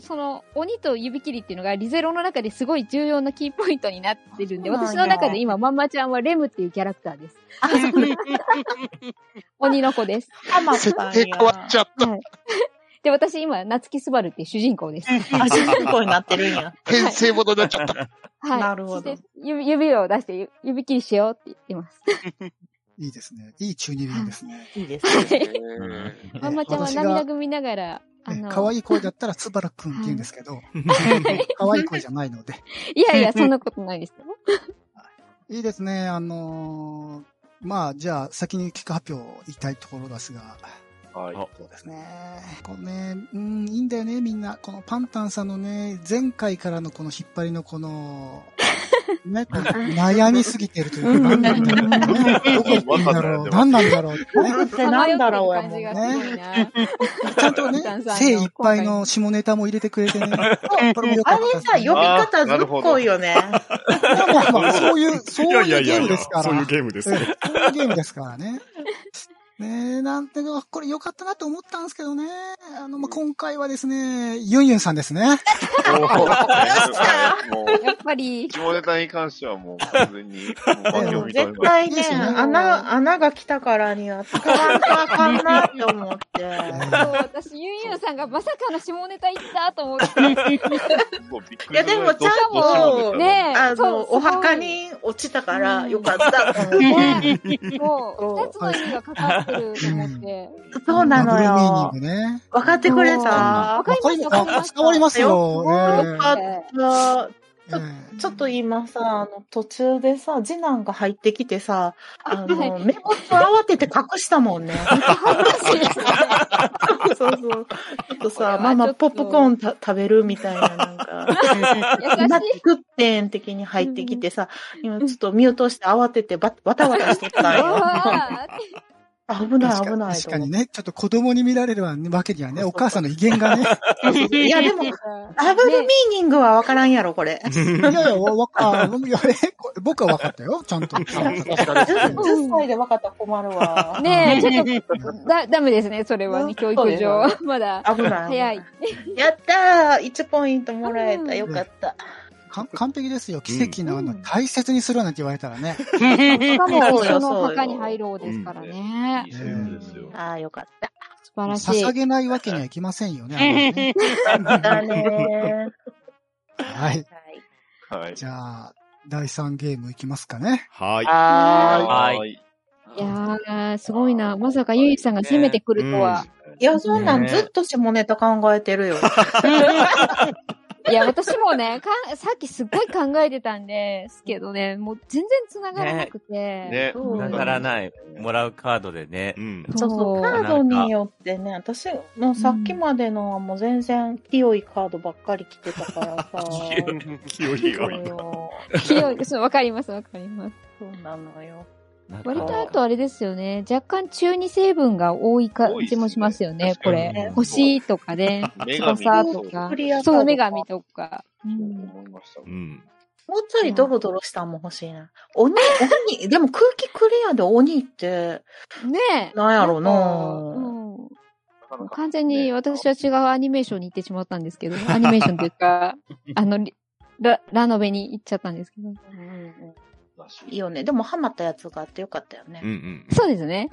Speaker 5: その鬼と指切りっていうのがリゼロの中ですごい重要なキーポイントになってるんで、
Speaker 9: そうなんや
Speaker 5: 私の中で今、まんまちゃんはレムっていうキャラクター です。鬼の子です。
Speaker 8: ハマ
Speaker 7: 設
Speaker 8: ったん
Speaker 7: 定
Speaker 8: や。
Speaker 7: 変わっちゃった。
Speaker 5: はい。で、私今、夏木すばるっていう主人公です。
Speaker 8: あ、主人公になってるんや。
Speaker 7: 転生ものになっちゃった。
Speaker 5: はい。
Speaker 8: なるほど
Speaker 5: そして指指を出して、ゆ指切りしようって言ってます。
Speaker 3: いいですね。いい中二病ですね。
Speaker 8: いいですね。
Speaker 2: う。
Speaker 5: まんまちゃんは
Speaker 3: 私が
Speaker 5: 涙ぐみながら、あの、
Speaker 3: 可愛い声だったらつばらくんって言うんですけど、 可愛い声じゃないので。
Speaker 5: いやいや、そんなことないです よ。
Speaker 3: いいですね。あのーまあ、じゃあ、先に結果発表言いたいところですが、
Speaker 2: はい。
Speaker 4: あ
Speaker 3: そうですね。このね、うん、いいんだよね、みんな。このパンタンさんのね、前回からのこの引っ張りのこの、 ね、この悩みすぎてるというか、何なんだろうね。どこ行ってんだろう。何なんだろうってね。
Speaker 8: 僕ってなんだろうやもん
Speaker 5: 迷
Speaker 8: ね
Speaker 5: ってる。感じがすごいな。
Speaker 3: ちゃんとね、精いっぱいの下ネタも入れてくれてね。これも良か
Speaker 8: あ
Speaker 3: っ
Speaker 8: れ
Speaker 3: たです
Speaker 8: さ、
Speaker 3: ね
Speaker 8: 呼び方ずっこいよね。
Speaker 3: まあまあそういう、そう
Speaker 4: いやい
Speaker 3: い
Speaker 4: や
Speaker 3: う
Speaker 4: い
Speaker 3: ゲ
Speaker 4: や
Speaker 3: ー
Speaker 4: い
Speaker 3: ムで
Speaker 4: や
Speaker 3: すから。
Speaker 4: そういうゲームですよ。
Speaker 3: うんそういうゲームですからね。ねえ、なんてか、これ良かったなと思ったんですけどね。あの、まあ、今回はですね、ユンユンさんですね。
Speaker 2: も
Speaker 5: やっぱり
Speaker 2: う、、下ネタに関してはもう完全に、もう
Speaker 3: い
Speaker 2: 負
Speaker 3: や
Speaker 2: を認め
Speaker 8: 絶
Speaker 2: ます。
Speaker 8: 対ね、穴、穴が来たからには使わんとあかんなって思って。
Speaker 5: そう私、ユンユンさんがまさかの下ネタ言ったと思って。
Speaker 2: もうびっく
Speaker 8: い
Speaker 2: り
Speaker 8: や、
Speaker 2: する
Speaker 8: で
Speaker 2: ぐ
Speaker 8: も
Speaker 2: らい
Speaker 8: ちゃん
Speaker 2: どうしよう
Speaker 8: と、
Speaker 2: もなかっ
Speaker 5: ねえ
Speaker 8: あ
Speaker 5: そう
Speaker 8: の、
Speaker 5: すごい
Speaker 8: お墓に落ちたからよかったと思って。
Speaker 5: ねも
Speaker 8: そ
Speaker 5: う、
Speaker 8: う
Speaker 5: 二つの意味がかかってると思って。
Speaker 8: そうなの
Speaker 3: ダ
Speaker 8: よ
Speaker 3: ブ。ルミーニングね。
Speaker 8: 分かってくれ
Speaker 5: わ
Speaker 8: た
Speaker 5: かりました、わかり
Speaker 3: あ
Speaker 5: まし
Speaker 3: 伝わりますよ。
Speaker 8: よかっ
Speaker 3: ね
Speaker 8: た。
Speaker 3: ええ
Speaker 8: ちょっと今さ、あの、途中でさ、次男が入ってきてさ、あの、
Speaker 5: はい
Speaker 8: 目元慌てて隠したもんね。 そうそう。ちょっとさ、ママポップコーンた食べるみたいな、なんか、ナッ
Speaker 5: 優しい
Speaker 8: チクッペン的に入ってきてさ、今ちょっと見落として慌ててバわたわたしてきたん
Speaker 5: う
Speaker 8: よ。
Speaker 5: わー
Speaker 8: 危ない
Speaker 3: 確か
Speaker 8: 危ないと
Speaker 3: 確か
Speaker 8: 思っ
Speaker 3: に
Speaker 8: て。
Speaker 3: ね、ちょっと子供に見られるわけにはね、お母さんの威厳がね。
Speaker 8: いや、でも、ダブルミーニングは分からんやろ、これ。
Speaker 3: い やいや、わ、わあいやえこれ僕は分かったよ、ちゃんと。
Speaker 8: 10, 10歳で分かったら困るわ。
Speaker 5: ねえ、ちょっと、だ、ダメですね、それはね、教育上。まだ、
Speaker 8: 危ない。
Speaker 5: 早い。。
Speaker 8: やったー !1 ポイントもらえ
Speaker 5: う
Speaker 8: た。
Speaker 5: ん
Speaker 8: よかった。
Speaker 3: か完璧ですよ、奇跡の穴、大切にするなんて言われたらね。
Speaker 5: しか
Speaker 8: そ
Speaker 5: も、
Speaker 8: う
Speaker 5: 一緒
Speaker 8: よ
Speaker 5: の
Speaker 8: そうよ
Speaker 5: 墓に入ろうですからね
Speaker 2: い。いセリフですよ。
Speaker 8: ああ、よかった。
Speaker 5: 素晴らしい
Speaker 3: 捧。げないわけにはいきませんよね、あれはね
Speaker 8: だ ね
Speaker 3: はい。
Speaker 2: はい。
Speaker 3: じゃあ、第3ゲームいきますかね。
Speaker 4: はい。
Speaker 8: は
Speaker 2: はい。
Speaker 5: いやー、すごいな。まさかゆいさんが攻めてくるとは。
Speaker 8: ーい。いや、そんなん
Speaker 6: ね
Speaker 8: ずっと下ネタ考えてるよ。
Speaker 5: いや、私もね、かんさっきすっごい考えてたんですけどね、もう全然繋がらなくて。
Speaker 2: ね。
Speaker 8: そう
Speaker 6: 繋がらない。もらうカードでね
Speaker 4: う。ん。
Speaker 8: そうそう、カードによってね、私、もうさっきまでのはもう全然清いカードばっかり来てたからさ。
Speaker 4: 気をいい
Speaker 8: そ
Speaker 4: わ。
Speaker 8: うよ。
Speaker 5: 清い、 そうわかります、わかります。
Speaker 8: そうなのよ。
Speaker 6: なんか
Speaker 5: 割とあとあれですよね、若干中二成分が多い感
Speaker 2: 多いっすね
Speaker 5: じもしますよね、
Speaker 2: 確
Speaker 5: こ
Speaker 2: かに
Speaker 5: れ
Speaker 8: ね。
Speaker 5: 星とかね、
Speaker 2: 女神
Speaker 5: 翼とか
Speaker 8: クリアカー、ド
Speaker 5: そう、女神とか。うん
Speaker 2: 思いました
Speaker 4: う。ん。
Speaker 8: もうちょいドロドロしたんも欲しいな。鬼、鬼、でも空気クリアで鬼って、
Speaker 5: ねえ。
Speaker 8: なんやろうな
Speaker 5: うん完全に私は違うアニメーションに行ってしまったんですけど、アニメーションという か、あの、リラ、ラノベに行っちゃったんですけど。
Speaker 8: いいよね。でもハマったやつがあってよかったよ
Speaker 4: うんう
Speaker 8: ね。
Speaker 4: ん
Speaker 5: そうですね。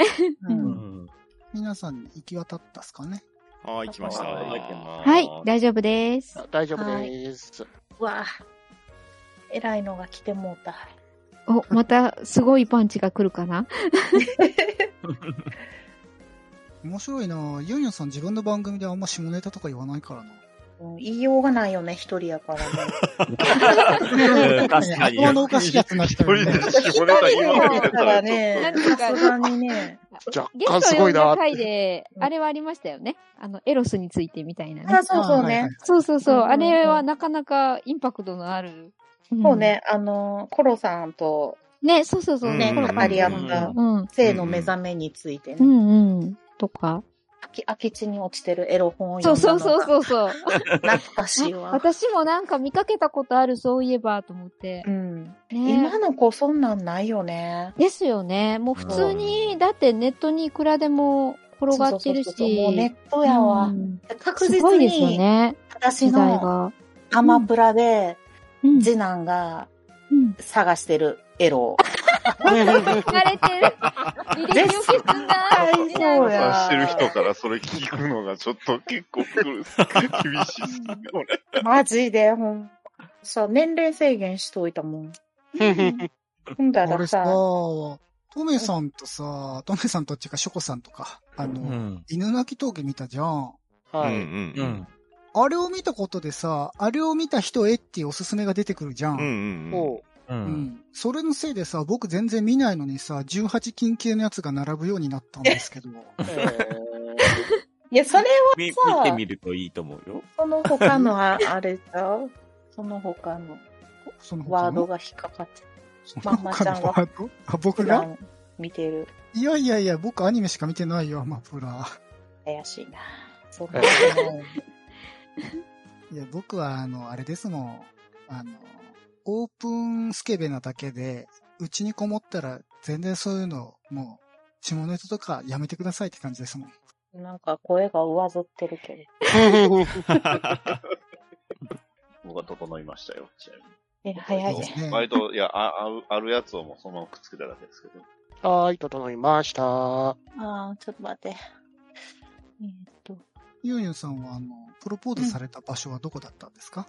Speaker 8: う
Speaker 5: うん
Speaker 8: ん
Speaker 6: うん
Speaker 3: 皆さんに行き渡ったっすかね。
Speaker 4: うん。はい、来ました。
Speaker 2: はい
Speaker 5: はい、大丈夫です。
Speaker 7: 大丈夫です。
Speaker 8: うわ偉いのが来てもうた。
Speaker 5: お、またすごいパンチが来るかな
Speaker 3: 面白いなユンユンさん自分の番組であんま下ネタとか言わないからな。
Speaker 8: うん言いようがないよね、一人やからね。
Speaker 4: 確かに。
Speaker 3: 頭のおかしいやつになっ
Speaker 2: 一
Speaker 3: ち
Speaker 2: 人
Speaker 3: ゃうよ
Speaker 2: で
Speaker 3: ね。
Speaker 2: 下ネタ言わ
Speaker 8: 一
Speaker 2: れ
Speaker 8: 人
Speaker 2: て
Speaker 8: だ
Speaker 2: た
Speaker 8: から
Speaker 2: ら、
Speaker 8: ね、
Speaker 5: なんとか
Speaker 8: さすがにね。
Speaker 7: 若
Speaker 5: ゲ
Speaker 7: 干
Speaker 5: ス
Speaker 7: す
Speaker 5: ト
Speaker 7: ご
Speaker 5: 呼
Speaker 7: い
Speaker 5: んだ
Speaker 7: な。
Speaker 5: 回で、あれはありましたよね。あの、エロスについてみたいなね
Speaker 8: あ。そうそうね。
Speaker 5: そうそうそう。
Speaker 8: うんうんうん
Speaker 5: あれはなかなかインパクトのある。
Speaker 8: そう。ね、あの、コロさんと
Speaker 5: ね、そうそうそう。
Speaker 8: ね、
Speaker 4: うん
Speaker 8: 語り合った
Speaker 5: うん。うん
Speaker 8: 性の目覚めについて
Speaker 5: う
Speaker 8: ね、
Speaker 5: んうん。とか。
Speaker 8: 空き空き地に落ちてるエロ本を
Speaker 5: そ
Speaker 8: 読
Speaker 5: うん
Speaker 8: だ
Speaker 5: そう
Speaker 8: の
Speaker 5: そう
Speaker 8: が
Speaker 5: そうそう。
Speaker 8: 懐かしいわ。
Speaker 5: 私もなんか見かけたことある、そういえば、と思って
Speaker 8: う。ん。
Speaker 5: ね
Speaker 8: 今の子そんなんないよね。
Speaker 5: ですよね。もう普通に、だってネットにいくらでも転がってる
Speaker 8: そうそうそう
Speaker 5: し。
Speaker 8: そうもうネットやわ。
Speaker 5: うん
Speaker 8: 確
Speaker 5: すご
Speaker 8: 実
Speaker 5: いですよ
Speaker 8: に、
Speaker 5: ね。
Speaker 8: 私
Speaker 5: 時代
Speaker 8: の
Speaker 5: が。
Speaker 8: アマプラで、
Speaker 5: うん
Speaker 8: 次男が
Speaker 5: うん
Speaker 8: 探してるエロを。
Speaker 5: 慣れてる。履歴を消すんだ。
Speaker 8: 絶対そうや
Speaker 2: さしてる人からそれ聞くのがちょっと結構来る厳しいっすね、俺。
Speaker 8: マジで、ほん。さ、年齢制限しといたもん。ほんだ
Speaker 3: あ
Speaker 8: ら
Speaker 3: れ
Speaker 8: さ、
Speaker 3: さ、トメさんとさ、トメさんとっていうか、ショコさんとか、あの、
Speaker 6: ん。
Speaker 3: 犬鳴峠見たじゃん。
Speaker 4: う
Speaker 7: はい。
Speaker 4: ん
Speaker 6: う
Speaker 4: うんん。。
Speaker 3: あれを見たことでさ、あれを見た人へっていうおすすめが出てくるじゃ。
Speaker 4: うんん うん。
Speaker 7: お
Speaker 6: う。
Speaker 7: う
Speaker 3: うんそれのせいでさ、僕全然見ないのにさ、18禁系のやつが並ぶようになったんです けど。
Speaker 7: えー
Speaker 8: いや、それ
Speaker 6: み見
Speaker 8: さあ
Speaker 6: てみるといいと思うよ。
Speaker 8: その他のああれちゃうその他の
Speaker 3: その他
Speaker 8: ワード
Speaker 3: の
Speaker 8: が引っかかって、
Speaker 3: そ
Speaker 8: ま
Speaker 3: の
Speaker 8: んまち
Speaker 3: 他
Speaker 8: ゃん
Speaker 3: の
Speaker 8: は
Speaker 3: ワードあ、僕
Speaker 8: 普
Speaker 3: が
Speaker 8: 段見てる。
Speaker 3: いやいやいや、僕アニメしか見てないよ、アマプラ。
Speaker 8: 怪しいな。そうかもしれない。
Speaker 3: いや、僕は、あの、あれですもん。あの、オープンスケベなだけで、うちにこもったら、全然そういうの、もう、下ネタとかやめてくださいって感じですもん。
Speaker 8: なんか声が上ずってるけど。
Speaker 2: 僕は整いましたよ、ちなみに
Speaker 8: え、早い
Speaker 3: そうで
Speaker 8: ね。
Speaker 3: すね。
Speaker 2: 割と、いや、あ、あるあるやつをもうそのままくっつけただけですけど。
Speaker 7: はーい、整いました。
Speaker 8: ああ、ちょっと待って。えーっと、
Speaker 3: ユンユンさんは、あの、プロポーズされた場所はどこだったんですか、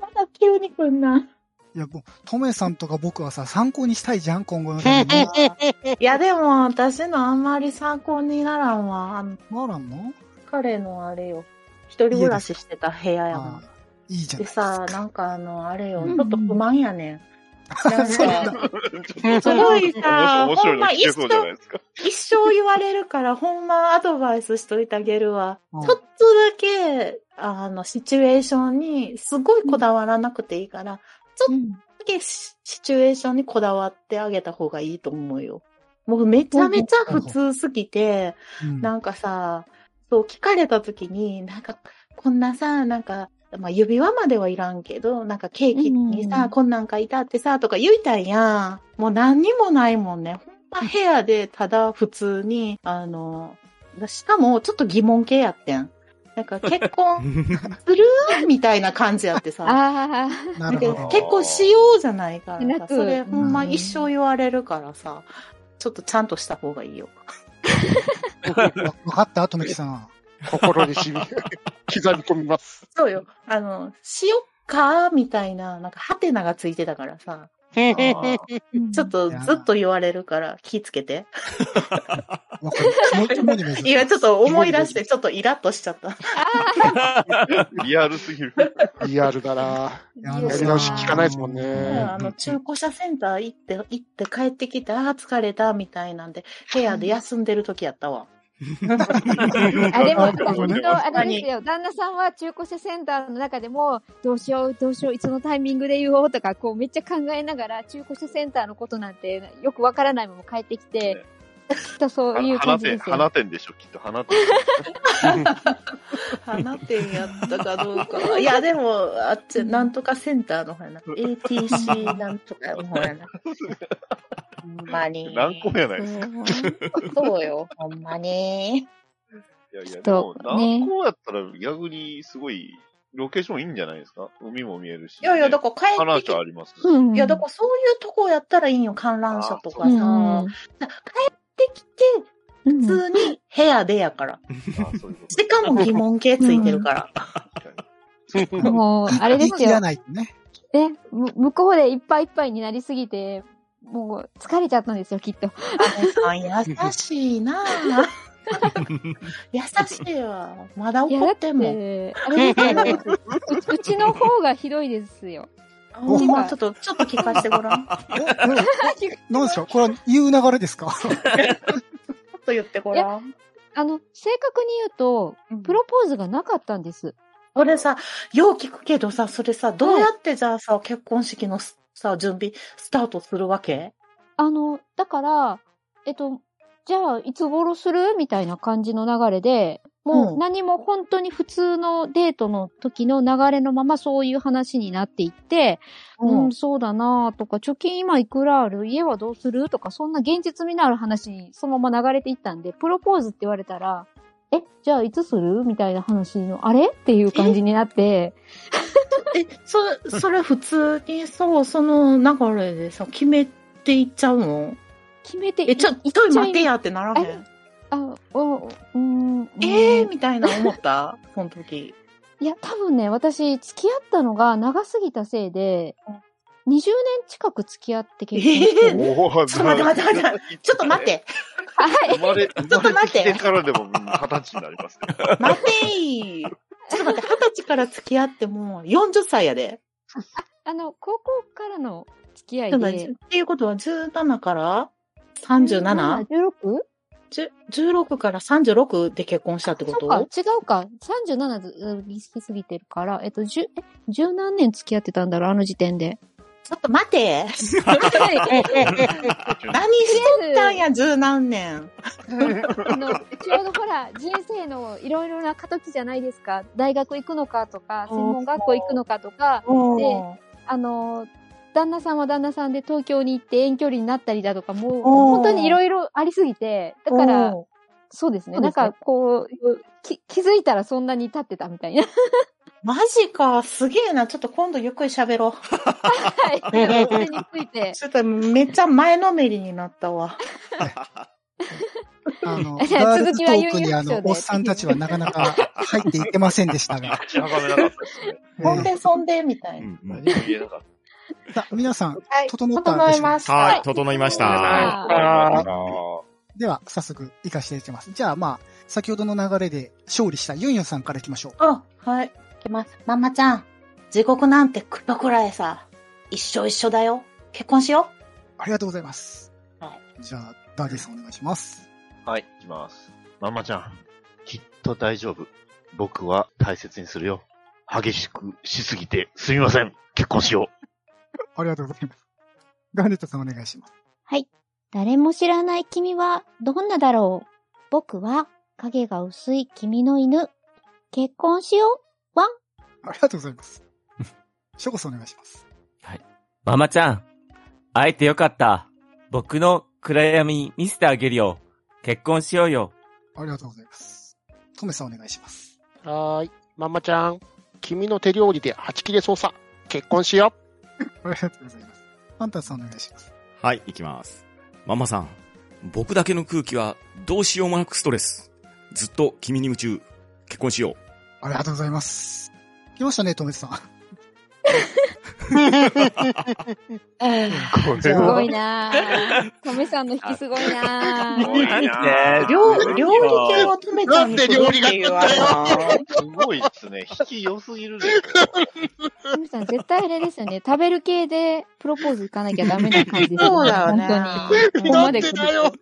Speaker 8: まだ急に来んな。
Speaker 3: いや、もう、トメさんとか僕はさ、参考にしたいじゃん、今後のために。
Speaker 8: いや、でも私のあんまり参考にならんわ。あの
Speaker 3: ならんの
Speaker 8: 彼のあれよ。一人暮らししてた部屋やも
Speaker 3: あ
Speaker 8: ん。
Speaker 3: あいいじゃん。
Speaker 8: でさ、なんかあの、あれよ、
Speaker 5: うん
Speaker 8: ちょっと不満やねん。なん
Speaker 3: そうなんだ
Speaker 8: か、すごいさ、
Speaker 2: 面白
Speaker 8: ほ
Speaker 2: い
Speaker 8: ん
Speaker 2: の
Speaker 8: ま
Speaker 2: 聞け
Speaker 8: 一
Speaker 2: そうじゃな
Speaker 8: 生、
Speaker 2: いですか。
Speaker 8: 一生言われるから、ほんまアドバイスしといてあげるわ。
Speaker 3: うん
Speaker 8: ちょっとだけ、あの、シチュエーションに、すごいこだわらなくていいから、
Speaker 5: うん
Speaker 8: だけシシチュエーションにこだわってあげた方がいいと思うよ。もうめちゃめちゃ普通すぎて、
Speaker 3: うん
Speaker 8: なんかさ、そう聞かれた時に、なんか、こんなさ、なんか、まあ、指輪まではいらんけど、なんかケーキに
Speaker 5: うんう
Speaker 8: さ、
Speaker 5: ん
Speaker 8: こんなん書いてあってさ、とか言いたいやん。もう何にもないもんね。ほんま部屋でただ普通に、あの、しかもちょっと疑問系やってん。なんか結婚するみたいな感じやってさ。
Speaker 5: あ
Speaker 3: な
Speaker 8: だけ
Speaker 3: る
Speaker 8: ど
Speaker 3: ほど。
Speaker 8: 結婚しようじゃないから
Speaker 5: な
Speaker 8: さ、
Speaker 5: く
Speaker 8: それほんま
Speaker 3: うん
Speaker 8: 一生言われるからさ、ちょっとちゃんとした方がいいよ。
Speaker 3: わわかったトメキさん。
Speaker 7: 心に染み、 刻み込みます。
Speaker 8: そうよ。あの、しよっかみたいな、なんかハテナがついてたからさ、
Speaker 5: あ。
Speaker 8: ちょっとずっと言われるから気ぃつけて。
Speaker 3: わかる。肝肝に銘じて
Speaker 8: 今ちょっと思い出してちょっとイラッとしちゃった。
Speaker 2: リアルすぎる。
Speaker 7: リアルだな。
Speaker 3: やあ
Speaker 7: や
Speaker 3: の
Speaker 7: り直し聞かないですもんね。
Speaker 8: あの、中古車センター行って、行って帰ってきて、ああ、疲れた、みたいなんで、部屋で休んでる時やったわ。
Speaker 5: あ、で
Speaker 2: な
Speaker 5: も、あ
Speaker 2: んか思い出ます
Speaker 5: の、あれですよ。旦那さんは中古車センターの中でも、どうしよう、どうしよう、いつのタイミングで言おうとか、こう、めっちゃ考えながら、中古車センターのことなんて、よくわからないまま帰ってきて、きっとそういう
Speaker 2: 花
Speaker 5: 感じで
Speaker 2: 店、
Speaker 5: すよ。
Speaker 2: 花店でしょ、きっと花店。
Speaker 8: 花店やったかどうか は。いや、でも、あっち、なんとかセンターの方やな。ATC なんとかの方やな。ほんまに。
Speaker 2: 何個やないですか。
Speaker 8: そうよ、ほんまに。
Speaker 2: いやい
Speaker 5: ちょ
Speaker 2: や、
Speaker 5: っ
Speaker 2: でも
Speaker 5: と、ね
Speaker 2: 何個やったら逆にすごい、ロケーションいいんじゃないですか海も見えるし。
Speaker 8: いやいや、だから帰って
Speaker 2: 話
Speaker 8: き
Speaker 2: あります。
Speaker 5: うん。
Speaker 8: いや、だからそういうとこやったらいいんよ、観覧車とか
Speaker 5: う
Speaker 8: さ。
Speaker 5: ん。
Speaker 8: 帰ってきて、普通に部屋でやから。
Speaker 2: あそういうこ と
Speaker 8: しかも疑問系ついてるから。
Speaker 2: 確かに
Speaker 5: もう、あれです
Speaker 3: 言い切ら
Speaker 5: よ。
Speaker 3: ないとね。
Speaker 5: ね、む向こうでいっぱいいっぱいになりすぎて、もう疲れちゃったんですよ、きっと。
Speaker 8: あ優しいなぁ優しいわ。まだ
Speaker 5: いや、だ
Speaker 8: 怒
Speaker 5: っ、
Speaker 8: ってて
Speaker 5: あ
Speaker 8: も。
Speaker 5: れですよね。 ううちの方がひどいですよ。
Speaker 8: ほんま、ちょっと、ちょっと聞かせてごら ん。
Speaker 3: おうん なんでしょうこれは言う流れですか
Speaker 8: ちょっと言ってごらん。
Speaker 5: あの、正確に言うと、プロポーズがなかったんです。
Speaker 8: それさ、よう聞くけどさ、それさ、どうやってじゃあさ、結婚式のすさ、準備、スタートするわけ
Speaker 5: あの、だから、えっと、じゃあ、いつ頃するみたいな感じの流れで、も
Speaker 8: う
Speaker 5: うん何も本当に普通のデートの時の流れのままそういう話になっていって、うん、そうだなとか、貯金今いくらある家はどうするとか、そんな現実味のある話にそのまま流れていったんで、プロポーズって言われたら、え、じゃあいつするみたいな話の、あれっていう感じになって、
Speaker 8: え、そ、それ普通にさ、その流れでさ、決めていっちゃうの
Speaker 5: 決めてい
Speaker 8: え、ちょ、
Speaker 5: い
Speaker 8: ちょい待てやってならへん。
Speaker 5: あ、お、うん。
Speaker 8: え
Speaker 5: う
Speaker 8: ー、
Speaker 5: ん
Speaker 8: みたいな思った その時。
Speaker 5: いや、多分ね、私、付き合ったのが長すぎたせいで、20年近く付き合って結婚してる。
Speaker 2: おお
Speaker 8: ちょっと待って待って待ってちょっと待っ。 て。
Speaker 5: はい。
Speaker 2: 生まれ、
Speaker 8: ちょっと
Speaker 2: 生まれ
Speaker 8: 待
Speaker 2: て
Speaker 8: っ
Speaker 2: きて
Speaker 8: て
Speaker 2: からでもうん二十歳になりますね。
Speaker 8: 待てー。 ちょっと待って、二十歳から付き合ってもう40歳やで。
Speaker 5: あの、高校からの付き
Speaker 8: ちょ
Speaker 5: 合い
Speaker 8: っと待っ
Speaker 5: で
Speaker 8: て。っていうことは17から37
Speaker 5: 16?
Speaker 8: じゅ16から36で結婚したってこ
Speaker 5: そ
Speaker 8: と
Speaker 5: うか、違うか。37ず意識すぎてるから、えっと、十、え、十何年付き合ってたんだろう、あの時点で。
Speaker 8: ちょっと待 て。 何しとったんや、十何年。
Speaker 5: あの、ちょうどほら、人生のいろいろな過渡期じゃないですか。大学行くのかとか、専門学校行くのかとか、
Speaker 8: お
Speaker 5: あの、旦那さんは旦那さんで東京に行って遠距離になったりだとか、もう、
Speaker 8: おー
Speaker 5: 本当にいろいろありすぎて、だから、、そうですね。
Speaker 8: そう
Speaker 5: な
Speaker 8: で
Speaker 5: ん
Speaker 8: すね
Speaker 5: か、こう、き気づいたらそんなに経ってたみ たいな。
Speaker 8: マジか、すげえな。ちょっと今度ゆっくり喋ろう。
Speaker 5: はい。それについて。
Speaker 8: ちょっとめっちゃ前のめりになったわ。
Speaker 3: あ の、
Speaker 5: いや
Speaker 3: ガールズトーク
Speaker 5: 続きは有
Speaker 3: に
Speaker 5: 楽
Speaker 3: あ
Speaker 5: 町で
Speaker 3: の、おっさんたちはなかなか入っていけませんでした が。
Speaker 2: ちめなかったですね。
Speaker 3: え
Speaker 8: ほん
Speaker 3: ー
Speaker 8: でそんで、みた
Speaker 4: う
Speaker 8: いな。
Speaker 4: んうん
Speaker 2: 何も言えなかっ
Speaker 3: さあ皆さん、
Speaker 8: はい。
Speaker 3: 整ったでしょ
Speaker 8: 整い
Speaker 3: うか
Speaker 8: ました。
Speaker 4: はい、整いまし
Speaker 5: は
Speaker 4: た。
Speaker 5: い
Speaker 2: た。
Speaker 3: では、早速、活かしていきます。じゃあ、まあ、先ほどの流れで勝利したユンユンさんからいきましょう。
Speaker 8: あ、はい。いきます。ママちゃん、地獄なんてくらくらいさ、一生一緒だよ。結婚しよ
Speaker 3: ありがとうございます。
Speaker 8: は
Speaker 3: じゃあ、ダーディさんお願いします。
Speaker 2: はい、いきます。ママちゃん、きっと大丈夫。僕は大切にするよ。激しくしすぎてすみません。結婚しよ
Speaker 3: ありがとうございます。ガーネットさんお願いします。
Speaker 10: 誰も知らない君はどんなだろう僕は影が薄い君の犬。結婚しよう。ワン。
Speaker 3: ありがとうございます。ショコさんお願いします。
Speaker 6: ママちゃん、会えてよかった。僕の暗闇見せてあげるよ。結婚しようよ。
Speaker 3: ありがとうございます。トメさんお願いします。
Speaker 7: はーい。ママちゃん、君の手料理ではち切れそうさ。結婚しよ
Speaker 3: ありがとうございます。ファンタさんお願いします。
Speaker 4: はい、いきます。ママさん、僕だけの空気はどうしようもなくストレス。ずっと君に夢中。結婚しよう。
Speaker 3: ありがとうございます。来ましたね、トメさん。
Speaker 2: う。こ
Speaker 3: れ
Speaker 5: す
Speaker 3: は
Speaker 5: ごいなぁ。トメさんの引きすご いなぁ。
Speaker 2: い
Speaker 6: な
Speaker 8: う。料料理系を止めちゃうんですよ。っていうあれは
Speaker 2: すごいっすね。引き良すぎるでし
Speaker 5: トメさん絶対あれですよね。食べる系でプロポーズ行かなきゃダメな感 じです
Speaker 8: そうだよね
Speaker 5: 本当に。ここまで来ると
Speaker 7: なん
Speaker 3: 食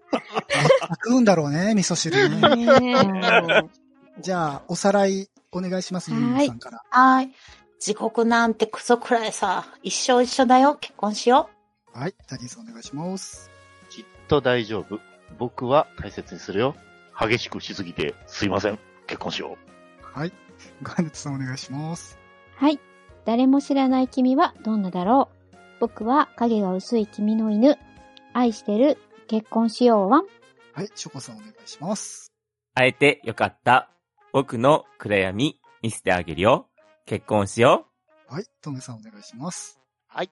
Speaker 3: うんだろうね、味噌汁ね。
Speaker 5: ねえ
Speaker 3: じゃあ、おさらいお願いします、ユンユンさんから。
Speaker 8: はい。地獄なんてクソくらいさ、一生一緒だよ。結婚しよ
Speaker 3: はい、ダディさんお願いします。
Speaker 2: きっと大丈夫。僕は大切にするよ。激しくしすぎてすいません。結婚しよ
Speaker 3: はい、ガーネットさんお願いします。
Speaker 10: はい。誰も知らない君はどんなだろう僕は影が薄い君の犬。愛してる。結婚しよう。ワン。
Speaker 3: はい、ショコさんお願いします。
Speaker 6: 会えてよかった。僕の暗闇見せてあげるよ。結婚しよ
Speaker 3: はい、トメさんお願いします。
Speaker 7: う。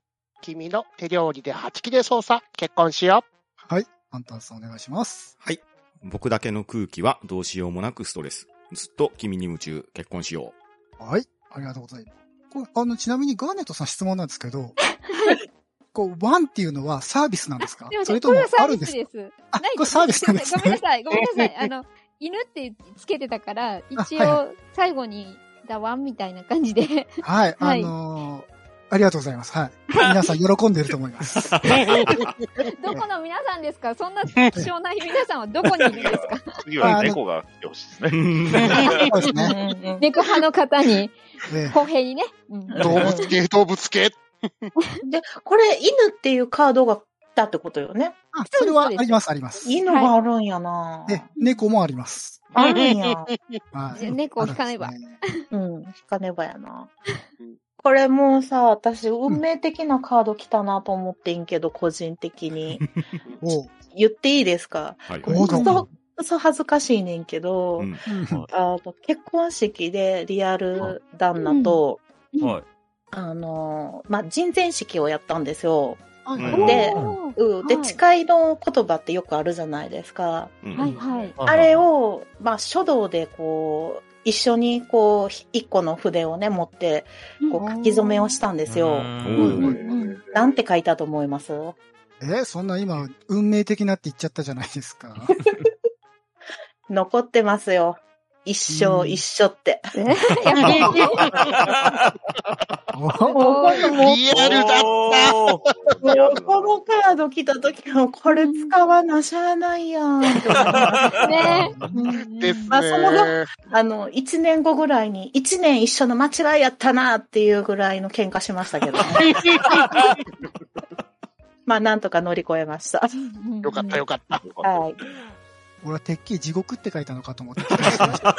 Speaker 7: 君の手料理ではち切れそうさ。結婚しよ
Speaker 3: はい、ハンタンさんお願いします。
Speaker 4: はい。僕だけの空気はどうしようもなくストレス。ずっと君に夢中。結婚しよ
Speaker 3: はい、あありがとうございます。これあの、ちなみにガーネットさん質問なんですけど、こう、ワンっていうのはサービスなんですか
Speaker 5: でも
Speaker 3: それ
Speaker 5: ね、
Speaker 3: と
Speaker 5: こ
Speaker 3: も
Speaker 5: れはサ
Speaker 3: あ
Speaker 5: ー
Speaker 3: るんで
Speaker 5: ビス
Speaker 3: す
Speaker 5: で
Speaker 3: か
Speaker 5: す。
Speaker 3: あ
Speaker 5: ない、
Speaker 3: これサービスなんです
Speaker 5: ごめんな
Speaker 3: ね。
Speaker 5: さい、ごめんなさい。あの、犬ってつけてたから、一
Speaker 3: あは
Speaker 5: 応最後にだわんみたいな感 じで。
Speaker 3: はい、あ
Speaker 5: はい
Speaker 3: のーありがとうございます。はい。皆さん喜んでると思います。
Speaker 5: どこの皆さんですかそんな希少な皆さんはどこにいるんですか
Speaker 11: 次は猫が来てほしいです ね。
Speaker 3: そうですね。
Speaker 5: 猫派の方に、
Speaker 3: え
Speaker 5: 公平にね。うん
Speaker 7: 動物系、動物系。
Speaker 8: で、これ、犬っていうカードが来たってことよね。
Speaker 3: あ、それはあります、あります。
Speaker 8: 犬があるんやな、
Speaker 3: え、猫もあります。
Speaker 8: あるんや。
Speaker 3: は
Speaker 5: じゃ
Speaker 3: い。
Speaker 5: あ猫を引かねば
Speaker 3: あるんですね。
Speaker 8: うん、引かねばやな。これもうさ、私、運命的なカード来たなと思ってんけど、個人的に。
Speaker 3: おう
Speaker 8: 言っていいですか
Speaker 4: はい
Speaker 3: ど う
Speaker 8: く
Speaker 3: ぞ
Speaker 8: そ、くそ恥ずかしいねんけど、
Speaker 4: うん
Speaker 8: あの結婚式でリアル旦那と、
Speaker 6: はい。
Speaker 8: あの、まあ、人前式をやったんですよ。
Speaker 3: はい
Speaker 4: うん
Speaker 3: はい
Speaker 8: で
Speaker 3: うん
Speaker 8: うん。で、
Speaker 5: はい
Speaker 8: 誓いの言葉ってよくあるじゃないですか。
Speaker 4: うん
Speaker 5: はいはい。
Speaker 2: あ
Speaker 8: あれ、を、まあ、書道でこう、一緒にこう、ひ一個の筆をね、持って、こ
Speaker 3: う
Speaker 8: う、
Speaker 3: ん
Speaker 8: 書き初めをしたんですよ。
Speaker 4: うん
Speaker 8: なんて書いたと思います
Speaker 3: え、そんな今、運命的なって言っちゃったじゃないです か。
Speaker 8: 残ってますよ。一
Speaker 3: う
Speaker 8: 生
Speaker 3: ん
Speaker 8: 一緒って。
Speaker 5: えやっぱり
Speaker 3: お
Speaker 5: おー
Speaker 7: リアルだった
Speaker 8: もうこのカード来た時は、これ使わなしゃあないや ん。
Speaker 5: ね
Speaker 7: ですね。
Speaker 8: まあその後あの、一年後ぐらいに、一年一緒の間違いやったなっていうぐらいの喧嘩しました けどね。まあ、なんとか乗り越えました。
Speaker 7: よかったよかった。
Speaker 8: はい。
Speaker 3: 俺はてっきり地獄って書いたのかと思って期待してました。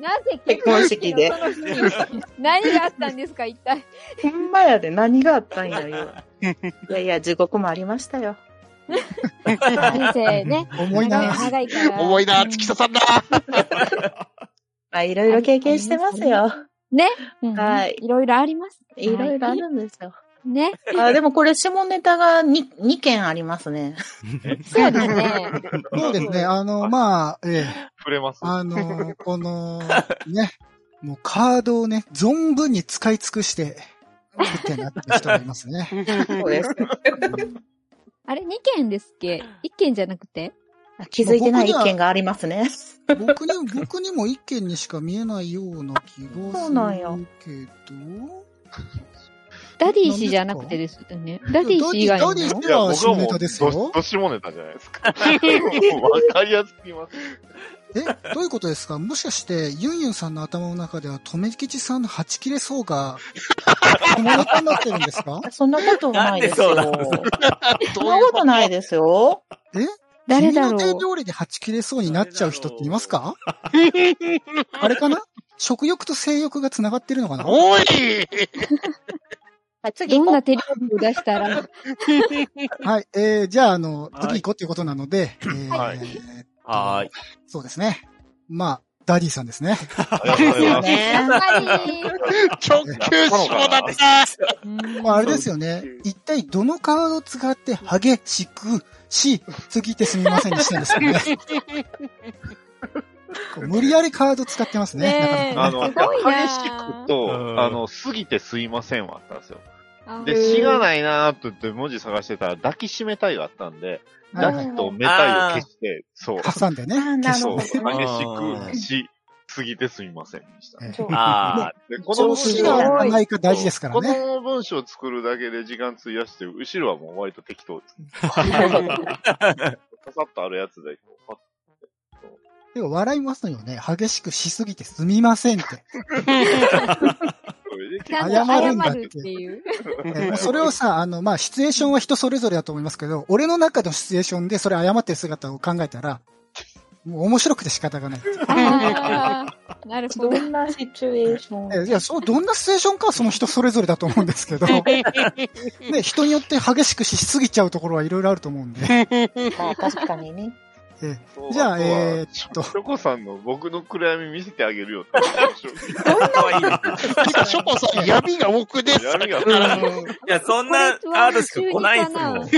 Speaker 5: なぜ
Speaker 8: 結婚式で
Speaker 5: 結婚式のその日何があったんですか一体。
Speaker 8: ほんまやで何があったんや、 今。いやいや、地獄もありましたよ。
Speaker 5: 人生ね。
Speaker 3: 重いな。
Speaker 5: 長いから。
Speaker 7: 重いな、月下さんだ。
Speaker 8: まあ、いろいろ経験してますよ。
Speaker 5: は
Speaker 8: はいい。
Speaker 5: いろいろあります。
Speaker 8: いろいろあるんですよ。
Speaker 5: ね。
Speaker 8: あ、でもこれ下ネタが 2, 2件ありますね。
Speaker 5: そうですね。
Speaker 3: そうですね。あの、まあ、ええ、
Speaker 11: 触れます。
Speaker 3: あの、この、ね、もうカードをね、存分に使い尽く して、作ってなってる人がいますね。
Speaker 8: そうです。
Speaker 5: あれ、2件ですっけ ?1 件じゃなくて
Speaker 8: 気づいてない意見がありますね。
Speaker 3: 僕に、僕にも一見にしか見えないような気が
Speaker 8: そ
Speaker 3: す
Speaker 8: うなんや
Speaker 3: るけど、
Speaker 5: ダディ氏じゃなくてですよね。ダディ氏以外
Speaker 3: ダディ
Speaker 5: の
Speaker 3: 氏。では下ネタです
Speaker 11: ど
Speaker 3: よ。
Speaker 11: どしもネタじゃないですか。わかりやすすぎます。
Speaker 3: え、どういうことですかもしかして、ユンユンさんの頭の中では、とめきちさんのはち切れそうが、この中になってるんですか
Speaker 8: そんなことないですよ。
Speaker 6: なん
Speaker 8: そんなことないですよ。
Speaker 5: 誰だろう
Speaker 3: 君の手料理ではち切れそうになっちゃう人っていますかあれかな食欲と性欲が繋がってるのかな
Speaker 7: おい
Speaker 8: はい、次
Speaker 5: ど
Speaker 8: 行
Speaker 5: ん
Speaker 8: こう
Speaker 5: な手料理を出したら、
Speaker 3: はい。えー、じゃあ、あの、
Speaker 6: はい
Speaker 3: 次行こうっていうことなので、えー
Speaker 11: はい
Speaker 6: はーい。
Speaker 3: そうですね。まあ、ダディさんですね。
Speaker 11: ありがとうござい ます。
Speaker 5: やっ
Speaker 8: ね。
Speaker 5: ぱり、
Speaker 7: 直球下だった。
Speaker 3: まあ、あれですよね。一体どのカードを使って激しくし、すぎてすみませんでしたんですよね。こう無理やりカード使ってますね。
Speaker 5: ねえ
Speaker 11: あの、
Speaker 5: すごいな
Speaker 11: 激しく
Speaker 6: うん
Speaker 11: と、あの、過ぎてすいませんはあったんですよ。
Speaker 5: あ
Speaker 11: で、死がないなーって言って文字探してたら、抱きしめたいがあったんで、
Speaker 3: な
Speaker 11: 抱
Speaker 3: かなか
Speaker 11: きとめたいを消して、そう、
Speaker 3: はい挟んでね。
Speaker 8: あなる
Speaker 11: そう、
Speaker 8: ほ
Speaker 11: 激
Speaker 8: ど。
Speaker 11: しくしすぎてすみませんでした。
Speaker 3: ええ
Speaker 8: そう
Speaker 6: あ
Speaker 11: で、こ
Speaker 3: そ
Speaker 11: の
Speaker 3: の
Speaker 11: 文
Speaker 3: 死
Speaker 11: 章
Speaker 3: が
Speaker 11: は
Speaker 3: 合わないか大事ですから
Speaker 11: こ
Speaker 3: ね。
Speaker 11: の文章を作るだけで時間費やして、後ろはもう割と適 当です。ささっとあるやつで、こうパッ
Speaker 3: でも笑いますよね。激しくしすぎてすみませんって。
Speaker 11: と上で
Speaker 5: ちゃん
Speaker 3: 謝るん
Speaker 5: と
Speaker 3: だ
Speaker 5: 謝
Speaker 3: っ
Speaker 5: る
Speaker 3: て
Speaker 5: っていう。
Speaker 3: えもうそれをさ、あの、まあ、シチュエーションは人それぞれだと思いますけど、俺の中のシチュエーションでそれ謝ってる姿を考えたら、もう面白くて仕方がないっていう。
Speaker 5: ああ、なるほ
Speaker 8: ど
Speaker 5: ど。
Speaker 8: んなシチュエーション
Speaker 3: えいや、そう、どんなシチュエーションかはその人それぞれだと思うんです けど、 ね、人によって激しくしすぎちゃうところはいろいろあると思うんで、
Speaker 8: まあ、確かにね。
Speaker 3: え
Speaker 11: そう
Speaker 3: じゃあ
Speaker 11: とは
Speaker 3: えーっと
Speaker 11: チョコさんの僕の暗闇見せてあげるよって
Speaker 6: どんな
Speaker 7: てか、ショコさん、闇が多くね。
Speaker 11: 闇が
Speaker 6: いや、そんな
Speaker 5: これ
Speaker 6: カードしか来ないですもん。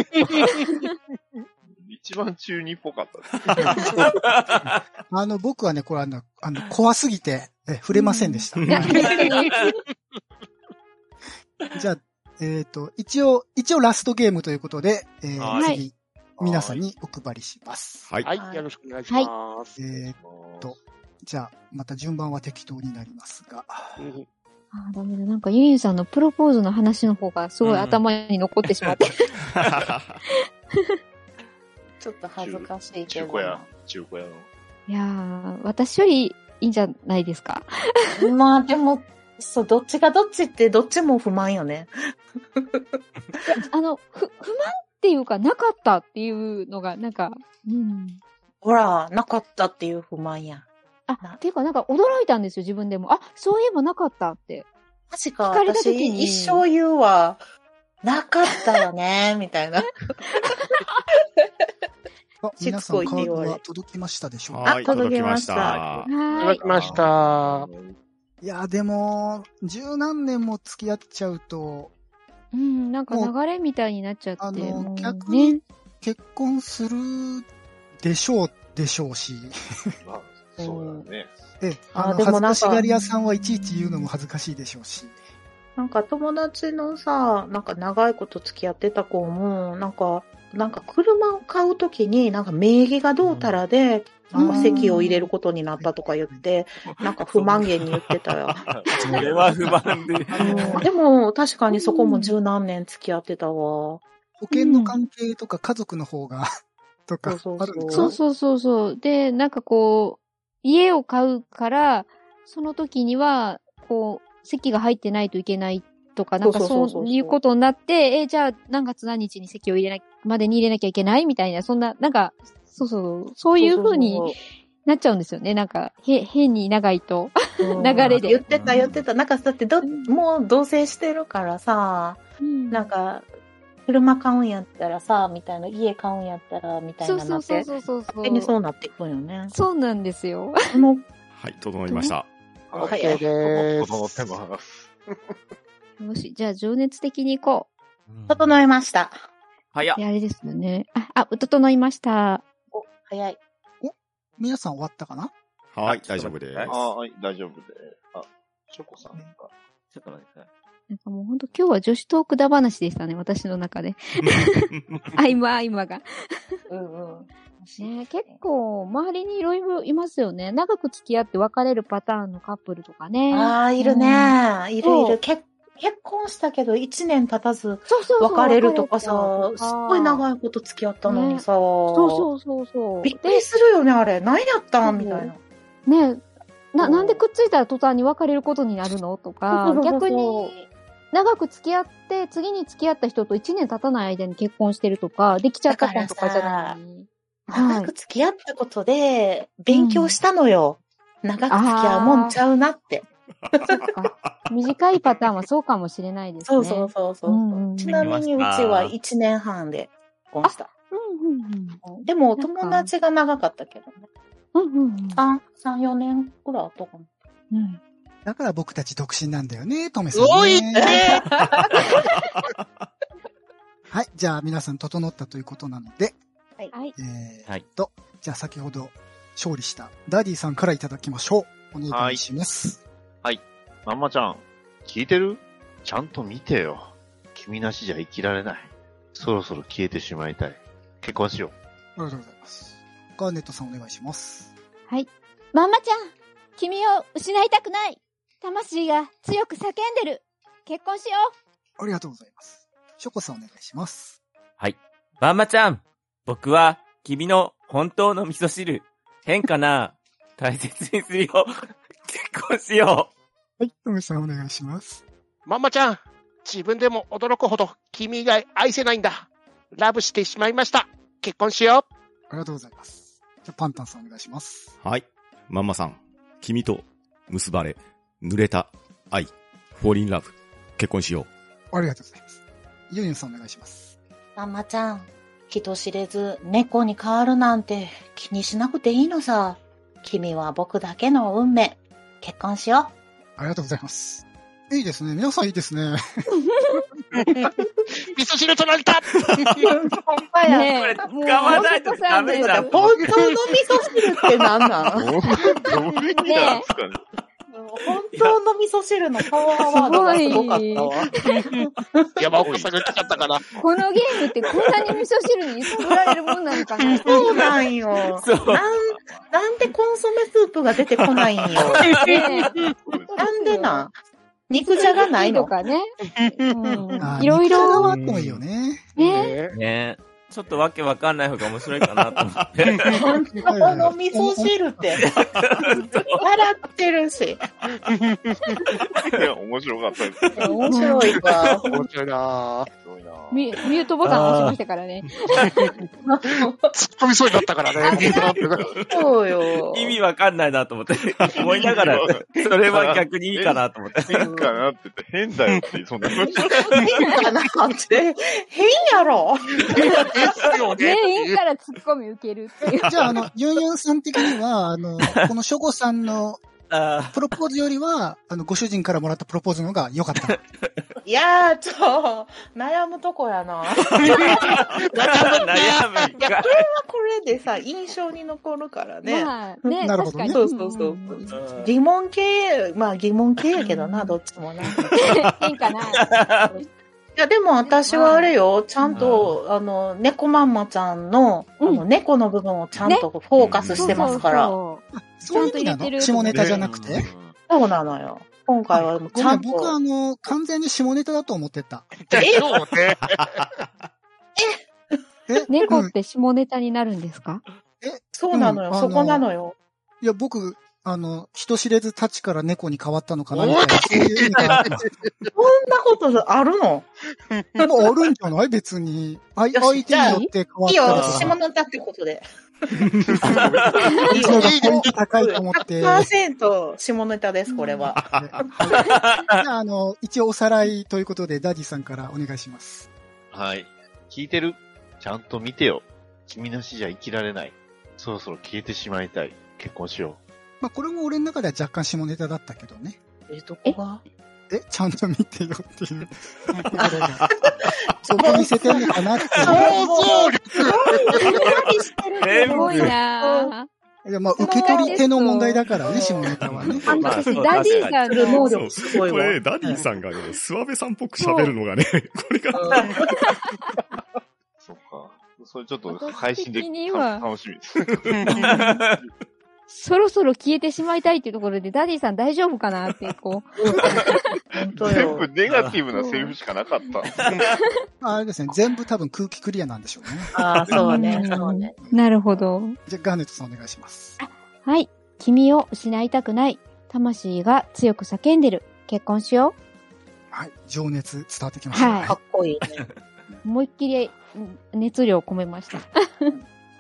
Speaker 11: 一番中二っぽかったです。
Speaker 3: あの、僕はね、これあの、あの怖すぎて、え、触れませんでした。
Speaker 5: いや別に
Speaker 3: じゃあ、えっ、と、一応、一応ラストゲームということで、えー
Speaker 7: はい
Speaker 3: 次、皆さんにお配りします。
Speaker 4: はい。
Speaker 7: はい、よろしくお願いします。
Speaker 3: えっと、じゃあ、また順番は適当になりますが。
Speaker 5: あーダメだ。なんかユンユンさんのプロポーズの話の方がすごい頭に残ってしまって。
Speaker 8: ちょっと恥ずかしいけ
Speaker 11: 中
Speaker 8: ど。
Speaker 11: 古屋、中古屋の。
Speaker 5: いやー、私よりいいんじゃないですか。
Speaker 8: まあでも、そう、どっちがどっちってどっちも不満よね。
Speaker 5: あの、ふ、不満っていうか、なかったっていうのが、なんか、うん。
Speaker 8: ほら、なかったっていう不満やん。
Speaker 5: あ、っていうか、なんか驚いたんですよ、自分でも。あ、そういえばなかったって。
Speaker 8: 確か
Speaker 5: 聞かれた
Speaker 8: 私
Speaker 5: 時に
Speaker 8: 一生言うわ。なかったよね、みたいな。
Speaker 3: あ
Speaker 8: し
Speaker 3: 皆
Speaker 8: つ
Speaker 3: さ
Speaker 8: こ
Speaker 3: ん
Speaker 8: いっ
Speaker 3: カ
Speaker 8: て
Speaker 3: ー
Speaker 8: 言
Speaker 3: ド
Speaker 8: われ
Speaker 3: は届きましたでしょう
Speaker 4: は
Speaker 3: か
Speaker 4: い届きました
Speaker 8: は
Speaker 7: あ
Speaker 5: は
Speaker 7: りがとうございました。
Speaker 3: いや、でも、十何年も付き合っちゃうと、
Speaker 5: い。うん、なんか流れみたいになっちゃって。
Speaker 3: あの
Speaker 5: もう
Speaker 3: 逆
Speaker 5: ね
Speaker 3: に。結婚するでしょう、でしょうし。
Speaker 11: まあ、そうだね。
Speaker 3: ええ、
Speaker 8: あ
Speaker 3: あの、
Speaker 8: でも
Speaker 3: 恥
Speaker 8: な
Speaker 3: ず
Speaker 8: んか
Speaker 3: かしがり屋さんはいちいち言うのも恥ずかしいでしょうし。
Speaker 8: なんか友達のさ、なんか長いこと付き合ってた子も、なんか、なんか車を買うときに、なんか名義がどうたらで、なんか席を入れることになったとか言って、なんか不満げに言ってたよ。
Speaker 6: それは不満で。
Speaker 8: うんでも、確かにそこも十何年付き合ってたわ。
Speaker 3: 保険の関係とか家族の方が、 とか、
Speaker 8: そうそうそう
Speaker 3: あるのか
Speaker 5: そ
Speaker 3: な
Speaker 5: うそうそうそう。で、なんかこう、家を買うから、その時には、こう、席が入ってないといけないとか、なんか
Speaker 8: そうそうそうそう
Speaker 5: そういうことになって、え、じゃあ何月何日に席を入れなきまでに入れなきゃいけないみたいな、そんな、なんか、そうそう、そういう風になっちゃうんですよね。なんか、へ、変に長いと。
Speaker 8: うん
Speaker 5: 流れで
Speaker 8: 言ってた言ってた。なんかだってど、もう同棲してるからさ、 な
Speaker 5: な
Speaker 8: んか、車買うんやったらさ、みたいな、家買うんやったら、みたい
Speaker 5: そう
Speaker 8: な
Speaker 5: そ
Speaker 8: な
Speaker 5: う
Speaker 8: っ
Speaker 5: そ
Speaker 8: て
Speaker 5: う、そうそうそ
Speaker 8: 勝手にそう
Speaker 5: う。
Speaker 8: なっていくんよね。
Speaker 5: そうなんですよ。
Speaker 8: あの、
Speaker 4: はい、整いました。
Speaker 11: はい
Speaker 8: OK
Speaker 7: で
Speaker 11: 子
Speaker 7: す
Speaker 11: 供手も離す。
Speaker 5: よし、じゃあ情熱的に行こ
Speaker 8: 整えました。
Speaker 6: 早っ
Speaker 5: う。で、。あれですよね。あ、あ、整いました。
Speaker 8: お、早い。
Speaker 3: 皆さん終わったかな
Speaker 4: はい、大丈夫です。
Speaker 11: ああ、はい、大丈夫で。あ、チョコさんが。
Speaker 6: ちょっと待ってください。
Speaker 5: なんかもうほんと今日は女子トークだ話でしたね、私の中 で。合間合間が。
Speaker 8: うんうん。
Speaker 5: ね結構、周りにいろいろいますよね。長く付き合って別れるパターンのカップルとかね。
Speaker 8: ああ、いるね。いるい
Speaker 5: そ
Speaker 8: る。
Speaker 5: う
Speaker 8: 結結婚したけど1年経たず
Speaker 5: そうそうそう。
Speaker 8: 別れるとかさ
Speaker 5: 別、れた
Speaker 8: すっごい長いこと付き合ったのにさ、
Speaker 5: そうそうそうそう。
Speaker 8: びっくりするよね、あれ。何やったんみたいな。
Speaker 5: ねな、
Speaker 8: うん
Speaker 5: なんでくっついたら途端に別れることになるのとか
Speaker 8: そう、そうそうそ
Speaker 5: 逆
Speaker 8: う
Speaker 5: に、長く付き合って、次に付き合った人と1年経たない間に結婚してるとか、できちゃった婚とかじゃないのに。は
Speaker 8: 長
Speaker 5: い
Speaker 8: く。付き合ったことで、勉強したのよ。長く付き合うもんちゃうなって。
Speaker 5: 短いパターンはそうかもしれないですね。
Speaker 8: そうそうそうそう。
Speaker 5: うんうんうん
Speaker 8: ちなみにうちは1年半で結婚した。
Speaker 5: うんうんうん。
Speaker 8: でも友達が長かったけどね。
Speaker 5: うんうん
Speaker 8: 3、3、4年くらい後かな。
Speaker 5: うん。
Speaker 3: だから僕たち独身なんだよね、トメさん、ね。
Speaker 7: おいって
Speaker 3: はい、じゃあ皆さん整ったということなので、
Speaker 5: は
Speaker 3: え
Speaker 5: い。
Speaker 6: は
Speaker 3: ー
Speaker 6: い
Speaker 3: っと、じゃあ先ほど勝利したダディさんからいただきましょう。お願いします。
Speaker 2: まんまちゃん、聞いてるちゃんと見てよ。君なしじゃ生きられない。そろそろ消えてしまいたい。結婚しよ
Speaker 3: ありがとうございます。ガーネットさんお願いします。
Speaker 5: はい。
Speaker 10: まんまちゃん、君を失いたくない。魂が強く叫んでる。結婚しよ
Speaker 3: ありがとうございます。ショコさんお願いします。
Speaker 6: はい。まんまちゃん、僕は君の本当の味噌汁。変かな大切にするよ。結婚しよ
Speaker 3: はい、トメさんお願いします。
Speaker 7: ママちゃん、自分でも驚くほど君以外愛せないんだ。ラブしてしまいました。結婚しよう。
Speaker 3: ありがとうございます。じゃあパンタンさんお願いします。
Speaker 4: はい。まんまさん、君と結ばれ、濡れた愛、フォーリンラブ、結婚しよ
Speaker 3: ありがとうございます。ユンユンさんお願いします。
Speaker 8: さんまちゃん、人知れず猫に変わるなんて気にしなくていいのさ。君は僕だけの運命。結婚しよ
Speaker 3: ありがとうございます。いいですね。皆さんいいですね。
Speaker 7: 味噌汁取られた
Speaker 8: う。ほんまや。
Speaker 5: ねえ
Speaker 6: これ使わないとダメじゃん
Speaker 8: 本当の味噌汁って何な
Speaker 11: どう、どういうんですかね。
Speaker 8: の本当の味噌汁のパワーワードがすごかったわ。
Speaker 7: 山岡さんが来ちゃったから。
Speaker 5: このゲームってこんなに味噌汁に揺さぶられるもんなのか な
Speaker 8: そうなんよ。
Speaker 6: そう
Speaker 8: なん、なんでコンソメスープが出てこないん よ。
Speaker 5: ね
Speaker 8: なんでなん肉じゃが ないの
Speaker 5: とかね。
Speaker 3: あー
Speaker 5: いろ
Speaker 3: 肉
Speaker 5: いろ
Speaker 3: じゃがはあってもいいよね。
Speaker 5: ね
Speaker 6: ねちょっとわけわかんない方が面白いかなと 思って。
Speaker 8: 本当の味噌汁 って。笑ってるし。
Speaker 2: いや、面白かったです。
Speaker 8: 面白いわ。
Speaker 7: 面白いな
Speaker 2: すごいな
Speaker 5: ミュミュートボタン押しましたからね。
Speaker 7: ぁ。突っ込みそうになったからね。
Speaker 8: そうよ。
Speaker 6: 意味わかんないなと思って、思いながら、 それは逆にいいかなと思って。
Speaker 2: 変かなって言って、変だよって、そんな。
Speaker 8: 変かなって。変やろ。
Speaker 5: 全員から突っ込み受けるっていう。
Speaker 3: じゃあ、あの、ユンユンさん的には、あの、このショコさんの
Speaker 6: あ
Speaker 3: プロポーズよりは、あの、ご主人からもらったプロポーズの方が良かった。
Speaker 8: いやー、ちょ、悩むとこやな。
Speaker 6: あ、 悩むんかい。
Speaker 8: これでさ、印象に残るからね。
Speaker 5: まあ ね、
Speaker 3: なるほ
Speaker 5: 確
Speaker 3: ど
Speaker 5: か
Speaker 3: ね
Speaker 5: に。
Speaker 8: そうそうそうそ
Speaker 5: ん
Speaker 8: う。疑問系、まあ疑問系やけどな、どっちもな。い
Speaker 5: 変かな。
Speaker 8: や、でも私はあれよ、ちゃんと、あの、猫まんまちゃんの、あ
Speaker 5: うん
Speaker 8: の、猫の部分をちゃんとフォーカスしてますから。
Speaker 5: そうそう
Speaker 3: そういう意味な
Speaker 5: ちゃんと
Speaker 3: の
Speaker 5: 入れてる
Speaker 3: 下ネタじゃなく
Speaker 12: う
Speaker 3: て。
Speaker 12: ん
Speaker 8: そうなのよ。今回はもう
Speaker 3: ご
Speaker 8: ちゃ
Speaker 3: めん、
Speaker 8: んと。
Speaker 3: 僕はあの、完全に下ネタだと思ってた。
Speaker 7: そうね。
Speaker 3: え
Speaker 5: そう猫
Speaker 3: うん
Speaker 5: って下ネタになるんですか
Speaker 8: そうなのよ、
Speaker 3: うん
Speaker 8: そこなのよ。
Speaker 3: いや、僕、あの、人知れずたちから猫に変わったのかなみたいな。そういう意味かなと思って
Speaker 8: そんなことあるの
Speaker 3: でもあるんじゃない別に。あい
Speaker 8: よし
Speaker 3: 相手によって変わ
Speaker 8: いい
Speaker 3: っ
Speaker 8: よ、
Speaker 3: たら
Speaker 8: 私下ネタってことで。
Speaker 3: うちのがポイント高いと思って。じゃ
Speaker 8: 100%下ネタです、これは。
Speaker 3: あ、あの、一応おさらいということで、ダディさんからお願いします。
Speaker 12: はい。聞いてるちゃんと見てよ。君なしじゃ生きられない。そろそろ消えてしまいたい。結婚しよ
Speaker 3: まあ、これも俺の中では若干下ネタだったけどね。
Speaker 8: え、どこが
Speaker 3: え、ちゃんと見てよっ ていう。そこ見せてんのかなってい
Speaker 7: 想像力
Speaker 6: 全
Speaker 5: すごい
Speaker 6: 部。
Speaker 5: な
Speaker 3: う。いやまあ、受け取り手の問題だからね、下ネタはね。
Speaker 5: あの、
Speaker 6: まあ
Speaker 5: 私
Speaker 6: そう
Speaker 5: ダディさん
Speaker 8: する能
Speaker 5: の、
Speaker 8: 力すごい
Speaker 4: こ
Speaker 8: わ。
Speaker 4: れ、ダディさんがね、諏訪部さんっぽく喋るのがね、これが、
Speaker 2: う。そっか。それちょっと配信で
Speaker 5: 私的には
Speaker 2: 楽しみです。
Speaker 5: そろそろ消えてしまいたいっていうところで、ダディさん大丈夫かなって、こう。
Speaker 8: 本当
Speaker 2: 全部
Speaker 8: よ。
Speaker 2: ネガティブなセリフしかなかった。
Speaker 3: まあ、あれですね、全部多分空気クリアなんでしょうね。
Speaker 8: ああ、そうね、
Speaker 5: ん
Speaker 8: そうね。
Speaker 5: なるほど。
Speaker 3: じゃあ、ガーネットさんお願いします。
Speaker 13: はい。君を失いたくない。魂が強く叫んでる。結婚しよ
Speaker 3: はい。情熱伝わってきましたね。
Speaker 13: はい
Speaker 8: かっこいいね。
Speaker 13: う。思いっきりうん熱量を込めました。
Speaker 3: こ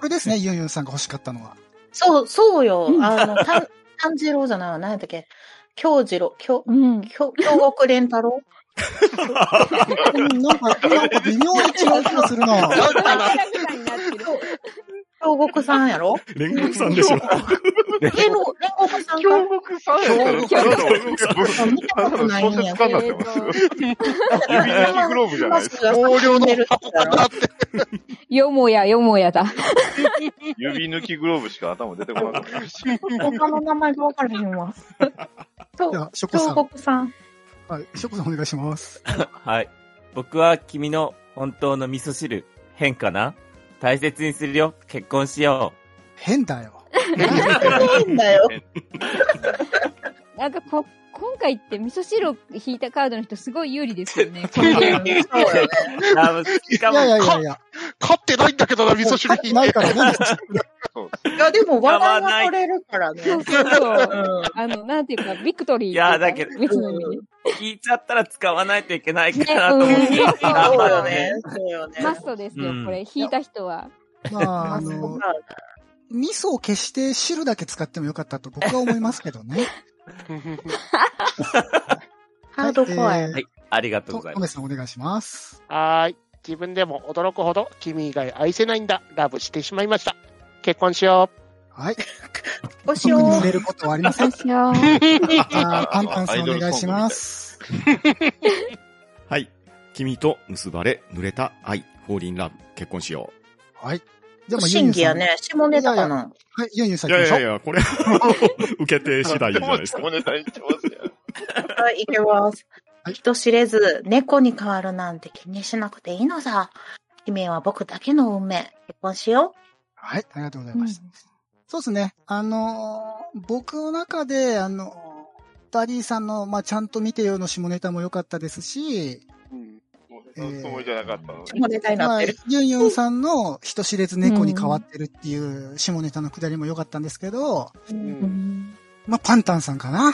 Speaker 3: れですね、ユンユンさんが欲しかったのは。
Speaker 8: そう、そうよ
Speaker 13: う。ん
Speaker 8: あの、た炭治郎じゃないわ、何やったっけ。京次郎、京、
Speaker 13: うん。
Speaker 8: 京、京極連太郎
Speaker 3: うんなんか、なんか微妙に違う気がするな。
Speaker 5: ダディさんになってる
Speaker 8: 京極さんやろ
Speaker 4: 煉獄さんでしょ。
Speaker 8: えの、煉獄さんか
Speaker 2: 京極さんやったら、
Speaker 8: 見たことない
Speaker 2: 小
Speaker 8: んや
Speaker 2: 説。家になってます。指先グローブじゃないですか。
Speaker 8: 同僚の箱かな
Speaker 5: よもや、よもやだ。
Speaker 2: 指抜きグローブしか頭出てこなかった。
Speaker 8: 他の名前が分からへん わ。そ
Speaker 3: じゃ
Speaker 8: う、
Speaker 3: あ、ショコさ
Speaker 8: 京
Speaker 3: ん。
Speaker 8: 極さん。
Speaker 3: はい。ショコさんお願いします。
Speaker 6: はい。僕は君の本当の味噌汁、変かな大切にするよ。結婚しよ
Speaker 3: 変だよ。
Speaker 8: 変だよ。
Speaker 5: なんかこ、今回って味噌汁を引いたカードの人すごい有利ですよね。こ
Speaker 8: そう
Speaker 5: のゲー
Speaker 8: よ
Speaker 5: ム
Speaker 8: ね
Speaker 6: う。あし
Speaker 3: い
Speaker 6: かも
Speaker 3: やい、やいやいや。
Speaker 7: 勝ってないんだけどな、味噌汁引い
Speaker 3: ない
Speaker 7: て。
Speaker 3: からね。
Speaker 8: いや、でも話題が取れるからね。
Speaker 5: そうそうそう。
Speaker 8: うん
Speaker 5: あの、なんていうか、ビクトリー。
Speaker 6: いやだけど
Speaker 5: 別の意味で。
Speaker 6: 聞いちゃったら使わないといけないか
Speaker 5: ね
Speaker 6: なと思って。
Speaker 5: うん
Speaker 6: 頑
Speaker 8: そう
Speaker 6: 張
Speaker 8: よ
Speaker 6: る
Speaker 8: ね。。そうよね。
Speaker 5: マストですよ、
Speaker 6: うん
Speaker 5: これ。引いた人は。
Speaker 3: まあ、あ
Speaker 8: そう
Speaker 3: の、
Speaker 8: か
Speaker 3: 味噌を消して汁だけ使ってもよかったと僕は思いますけどね。
Speaker 8: ハードコアや
Speaker 3: えー
Speaker 6: はい。 ありがとう
Speaker 3: と、
Speaker 6: ござい
Speaker 3: ト
Speaker 6: ま
Speaker 3: メ
Speaker 6: す。
Speaker 3: さんお願いします。
Speaker 7: はーい。自分でも驚くほど、君以外愛せないんだ。ラブしてしまいました。結婚しよ
Speaker 3: はい。
Speaker 8: お
Speaker 3: 特に
Speaker 8: 塩
Speaker 3: 触れることはありません。
Speaker 5: 私は。
Speaker 3: じゃあ、パンパンさんお願いします。
Speaker 4: はい。君と結ばれ、濡れた愛、フォーリンラブ、結婚しよ
Speaker 3: はい。じゃあまあ、
Speaker 8: 真偽やね
Speaker 3: ユンユンさん
Speaker 8: 下ネタかない
Speaker 3: やいやはい、ユンユンさん
Speaker 4: い
Speaker 3: 行き
Speaker 4: や
Speaker 3: ま
Speaker 4: い
Speaker 3: しょ
Speaker 4: や
Speaker 3: う
Speaker 4: い。や、これ、受けて次第じゃない ですか。
Speaker 11: もネタにしてますやん。
Speaker 8: はい、いけます。人知れず、猫に変わるなんて気にしなくていいのさ。姫は僕だけの運命。結婚しよ。
Speaker 3: はい、ありがとうございうました。そうですね。あのー僕の中で、あのーダディさんの、まあ、ちゃんと見てよの下ネタも良かったですし、
Speaker 11: そのつもりじゃなかったのに。
Speaker 8: 下ネタになってる。
Speaker 3: まあユンユンさんの人知れず猫に変わってるっていう下ネタのくだりも良かったんですけど、まあ、パンタンさんかな。
Speaker 8: お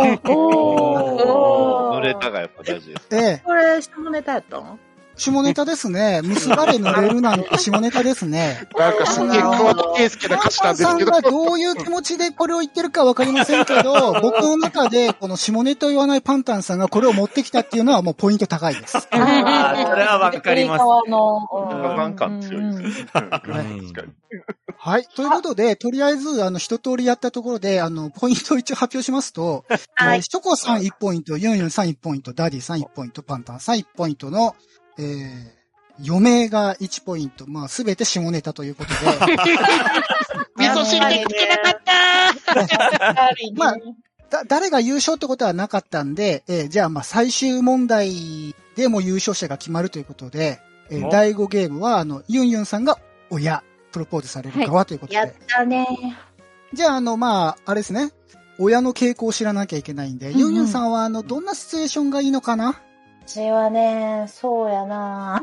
Speaker 8: ー
Speaker 11: お
Speaker 8: おー
Speaker 11: ー、濡れたがやっぱ大事です。
Speaker 3: ええ、
Speaker 8: これ、下ネタやったん
Speaker 3: 下ネタです ね。結ばれ濡れるなんて下ネタですね。
Speaker 7: なんかすげえ桑田佳祐な歌詞な
Speaker 3: パン
Speaker 7: ん です
Speaker 3: さん
Speaker 7: けど、
Speaker 3: がどういう気持ちでこれを言ってるかわかりませんけ ど、僕の中で、この下ネタを言わないパンタンさんがこれを持ってきたっていうのはもうポイント高い です。
Speaker 6: あーそれはわかり
Speaker 8: 上
Speaker 6: ます
Speaker 8: 側の
Speaker 11: なんかファン感強いですね。確かに。
Speaker 3: はい。ということで、とりあえず、あの、一通りやったところで、あの、ポイントを一応発表しますと、
Speaker 8: はい
Speaker 3: えーショコさん1ポイント、ユンユンさん1ポイント、ダディさん1ポイント、パンタンさん1ポイントの、えー、余命が1ポイント。まあ、すべて下ネタということ で、
Speaker 7: 味噌汁でつけなかった
Speaker 3: まあだ、誰が優勝ってことはなかったんで、えーじゃあ、まあ、最終問題でも優勝者が決まるということで、えー
Speaker 4: お
Speaker 3: 第5ゲームは、あの、ユンユンさんが親、プロポーズされる側ということで、
Speaker 8: やったね。
Speaker 3: じゃあ、あの、まあ、あれですね。親の傾向を知らなきゃいけないんで、
Speaker 8: んうん
Speaker 3: ユンユンさんは、あの、どんなシチュエーションがいいのかな
Speaker 8: 私はね、そうやな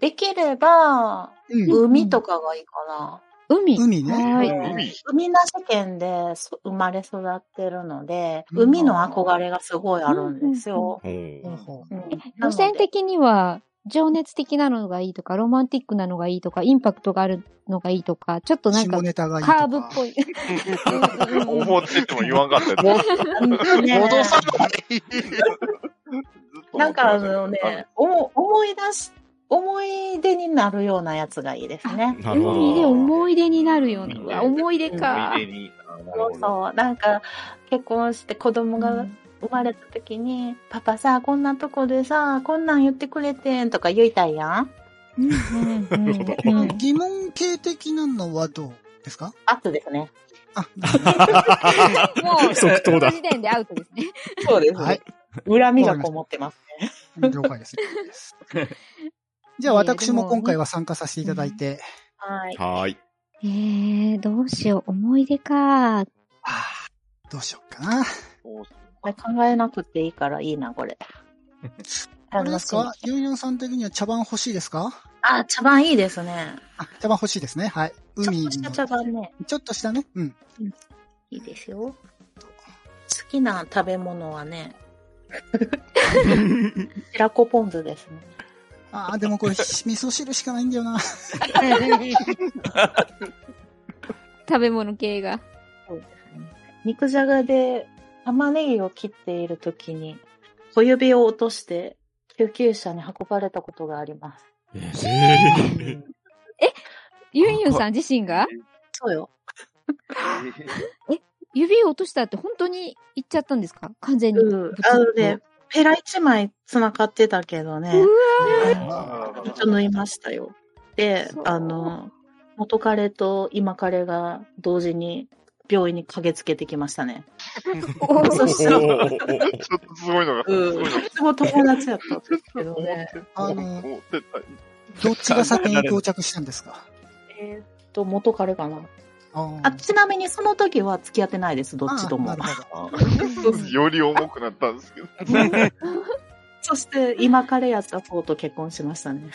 Speaker 8: できれば、
Speaker 3: うん。
Speaker 8: 海とかがいいかな。
Speaker 5: 海。
Speaker 3: 海ね。
Speaker 8: は
Speaker 5: はいい。
Speaker 11: 海
Speaker 8: 海なし県でそ生まれ育ってるので、
Speaker 3: うん
Speaker 8: 海の憧れがすごいあるんですよ。
Speaker 4: お
Speaker 3: ほう
Speaker 4: ー
Speaker 3: ほう
Speaker 8: うん
Speaker 5: 路線的には、情熱的なのがいいとか、ロマンティックなのがいいとか、インパクトがあるのがいいとか、ちょっとなんか
Speaker 3: 下、ネタがいいとか。
Speaker 5: カーブっぽい。
Speaker 11: 思ってても言わんかったやつずっ
Speaker 8: なんか ね
Speaker 7: 戻さない。
Speaker 8: なんかあ
Speaker 11: と思ってましたけど
Speaker 8: のね、おも思い出し、思い出になるようなやつがいいですね。
Speaker 4: なるほ
Speaker 5: 海で
Speaker 4: ど。
Speaker 5: 思い出になるような。
Speaker 11: うん
Speaker 5: うわ思い出か
Speaker 11: 思。い出に。あなる
Speaker 8: そう
Speaker 11: ほど。
Speaker 8: そう。なんか、結婚して子供が生まれた時に、パパさ、こんなとこでさ、こんなん言ってくれてんとか言いたいやん。
Speaker 4: なるほど。
Speaker 3: うん疑問形的なのはどうですか
Speaker 8: 圧ですね。
Speaker 3: あ、
Speaker 5: もう、
Speaker 4: 即答だ
Speaker 5: その時点でアウトですね。
Speaker 8: そうです
Speaker 3: はい。
Speaker 8: 恨みがこもってますね。
Speaker 3: 了解です。了解ですじゃあ、私も今回は参加させていただいて、
Speaker 8: はい。
Speaker 4: はーい。
Speaker 10: えー、どうしよう。思い出か。
Speaker 3: あーどうしようかな。
Speaker 8: これ考えなくていいからいいな、これ。
Speaker 3: あれで
Speaker 8: 楽
Speaker 3: す
Speaker 8: しみ。
Speaker 3: かユンユンさん的には茶番欲しいですか
Speaker 8: あ、茶番いいですね。
Speaker 3: あ、茶番欲しいですね。はい。
Speaker 8: ちょ
Speaker 3: 海
Speaker 8: っ
Speaker 3: の
Speaker 8: とした茶番ね。
Speaker 3: ちょっとしたね。うん。
Speaker 8: いいですよ。好きな食べ物は ね、白子ポン酢ですね。
Speaker 3: ああ、でもこれ、味噌汁しかないんだよな。
Speaker 5: 食べ物系が。
Speaker 8: そうですね。肉じゃがで玉ねぎを切っているときに、小指を落として救急車に運ばれたことがあります。
Speaker 5: ユンユンさん自身が
Speaker 8: そうよ。
Speaker 5: 指を落としたって本当に言っちゃったんですか完全に。
Speaker 8: うん。あのね、ペラ一枚繋がってたけどね、
Speaker 5: うわ
Speaker 8: ちょっと縫いましたよ。で
Speaker 5: そ、う
Speaker 8: あの、元彼と今彼が同時に病院に駆けつけてきましたね。
Speaker 5: お
Speaker 8: そしたら
Speaker 4: おーおーおー
Speaker 11: ちょっとすごいのが。
Speaker 8: うん。いつも友達やったんですけど
Speaker 11: 思
Speaker 8: ね
Speaker 11: っ。てた。
Speaker 3: あの
Speaker 11: 思ってた。
Speaker 3: どっちが先に到着したんですか
Speaker 8: えーっと、元彼かな。
Speaker 3: あ
Speaker 8: あ、ちなみにその時は付き合ってないです、どっちとも
Speaker 3: あ。なるほど
Speaker 11: あより重くなったんですけど。
Speaker 8: そして、今彼やった方と結婚しましたね。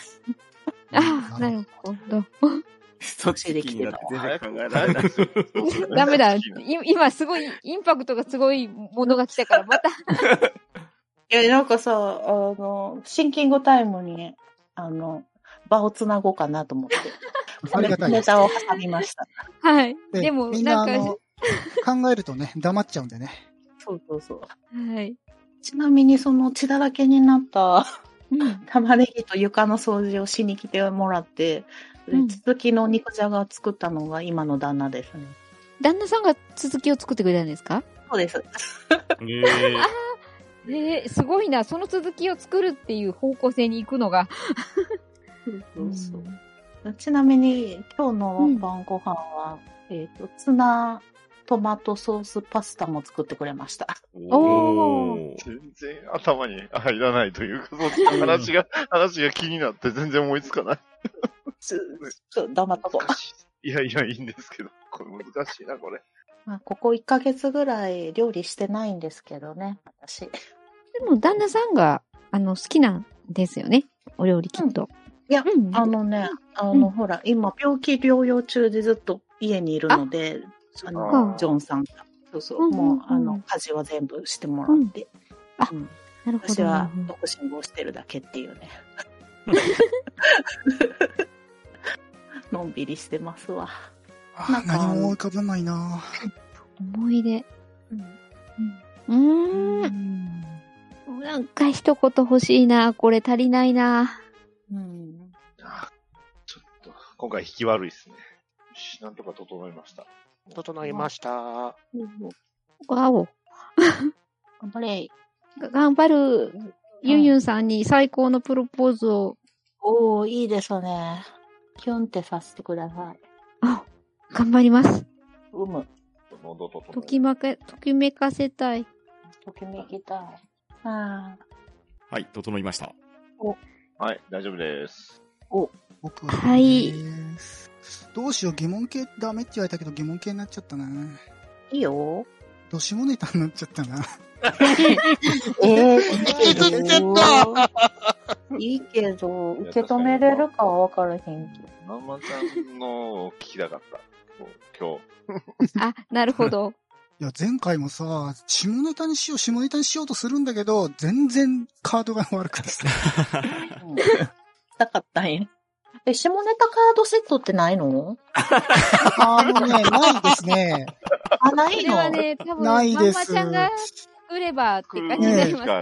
Speaker 5: あ、なるほど。
Speaker 6: そっちで来てた。全然考えら れない。
Speaker 5: ダメだ。い今すごい、インパクトがすごいものが来たから、また。
Speaker 8: いや、なんかさ、あの、シンキングタイムに、あの、場をつなごうかなと思って。
Speaker 3: ありがたい
Speaker 8: ネ
Speaker 3: です。
Speaker 8: タを挟みました。
Speaker 5: はい。
Speaker 3: ええ
Speaker 5: でも、
Speaker 3: みんな、
Speaker 5: な
Speaker 3: あ
Speaker 5: んか、
Speaker 3: の、考えるとね、黙っちゃうんでね。
Speaker 8: そうそうそう。
Speaker 5: はい。
Speaker 8: ちなみに、その血だらけになった
Speaker 5: うん。
Speaker 8: 玉ねぎと床の掃除をしに来てもらって、で
Speaker 5: うん
Speaker 8: 続きの肉じゃがを作ったのが今の旦那ですね。
Speaker 5: 旦那さんが続きを作ってくれたんですか
Speaker 8: そうです。
Speaker 4: え
Speaker 5: えー、すごいな。その続きを作るっていう方向性に行くのが。
Speaker 8: そうそう。ちなみに、今日の晩ご飯は、えっ、と、ツナ、トマトソースパスタも作ってくれました。
Speaker 4: お
Speaker 2: 全然頭に 入らないというか、そっちの 話が、話が気になって全然思いつかない。
Speaker 8: ちょっと黙っとこう。
Speaker 2: いやいや、いいんですけど、これ難しいな、これ。
Speaker 8: まあ、ここ1ヶ月ぐらい料理してないんですけどね、私。
Speaker 5: でも、旦那さんが、あの、好きなんですよね。お料理きっと。
Speaker 8: いや、あのね、あの、ほら、今、病気療養中でずっと家にいるので、あの、ジョンさんが、そうそう、
Speaker 5: うんうんうん
Speaker 8: もう、あの、家事は全部してもらって、あ、
Speaker 5: なるほど
Speaker 8: 私は独身をしてるだけって いうね。のんびりしてますわ。
Speaker 3: あー何も思い浮かばないな
Speaker 5: 思い出。
Speaker 14: うーん。
Speaker 5: なんか一言欲しいな。これ足りないな。
Speaker 2: 今回引き悪いですね。よしなんとか整いました。
Speaker 7: 整いました。
Speaker 5: わお。
Speaker 8: 頑張れ。
Speaker 5: 頑張る。ユンユンさんに最高のプロポーズを。
Speaker 8: おおいいですね。キュンってさせてください。
Speaker 5: 頑張ります。
Speaker 8: うむ。
Speaker 2: 喉と
Speaker 5: ときまけ、ときめかせたい。
Speaker 8: ときめきたい。あ
Speaker 4: はい、整いました。
Speaker 2: はい、大丈夫です。
Speaker 8: お、
Speaker 3: 僕。
Speaker 5: はい
Speaker 3: どうしよう、疑問系ダメって言われたけど、疑問系になっちゃったな。
Speaker 8: いいよ。
Speaker 3: どしもネタになっちゃったな。
Speaker 8: え
Speaker 3: え
Speaker 8: ー、
Speaker 3: ー
Speaker 8: たいいけど、受け止めれるかは分からへんけど。
Speaker 2: まんまちゃんのを聞きたかった。もう今
Speaker 5: あ、なるほど。
Speaker 3: いや、前回もさ、下ネタにしよう、下ネタにしようとするんだけど、全然カードが悪くてさ。
Speaker 8: なかったんや。え、下ネタカードセットってないの
Speaker 3: あのね、ないですね。
Speaker 8: あ、ないの
Speaker 5: これはね、多分、
Speaker 3: ないです
Speaker 5: まんまちゃんが作ればって感じにな
Speaker 3: ね
Speaker 5: りますね。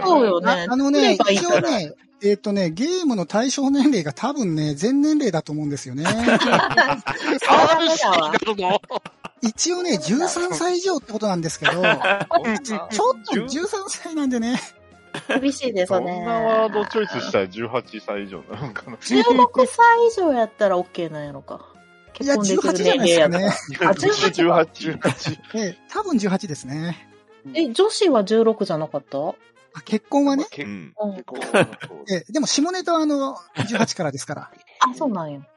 Speaker 3: ああのね、
Speaker 8: 作ればいい
Speaker 3: 一
Speaker 8: から
Speaker 3: 応ね、えっ、とね、ゲームの対象年齢が多分ね、全年齢だと思うんです よね。一応ね、13歳以上ってことなんですけど、ちょっと13歳なんでね。
Speaker 8: 厳しいです
Speaker 2: 日、
Speaker 8: ね。
Speaker 2: なワードチョイスしたら18歳以上なのかな。
Speaker 8: 16歳以上やったら OK なんやろか。
Speaker 3: いや、
Speaker 8: 婚でき
Speaker 3: 18
Speaker 8: る
Speaker 3: じゃ
Speaker 8: 年
Speaker 3: ない
Speaker 8: 齢
Speaker 3: です
Speaker 8: や
Speaker 3: か
Speaker 8: から
Speaker 3: ね。
Speaker 8: あ、18か。
Speaker 3: ええ、多分18ですね。
Speaker 8: え、女子は16じゃなかった
Speaker 3: あ結婚はね。
Speaker 8: 結
Speaker 2: 婚
Speaker 3: ええ、でも下ネタはあの、18からですから。
Speaker 8: あ、そうなんや。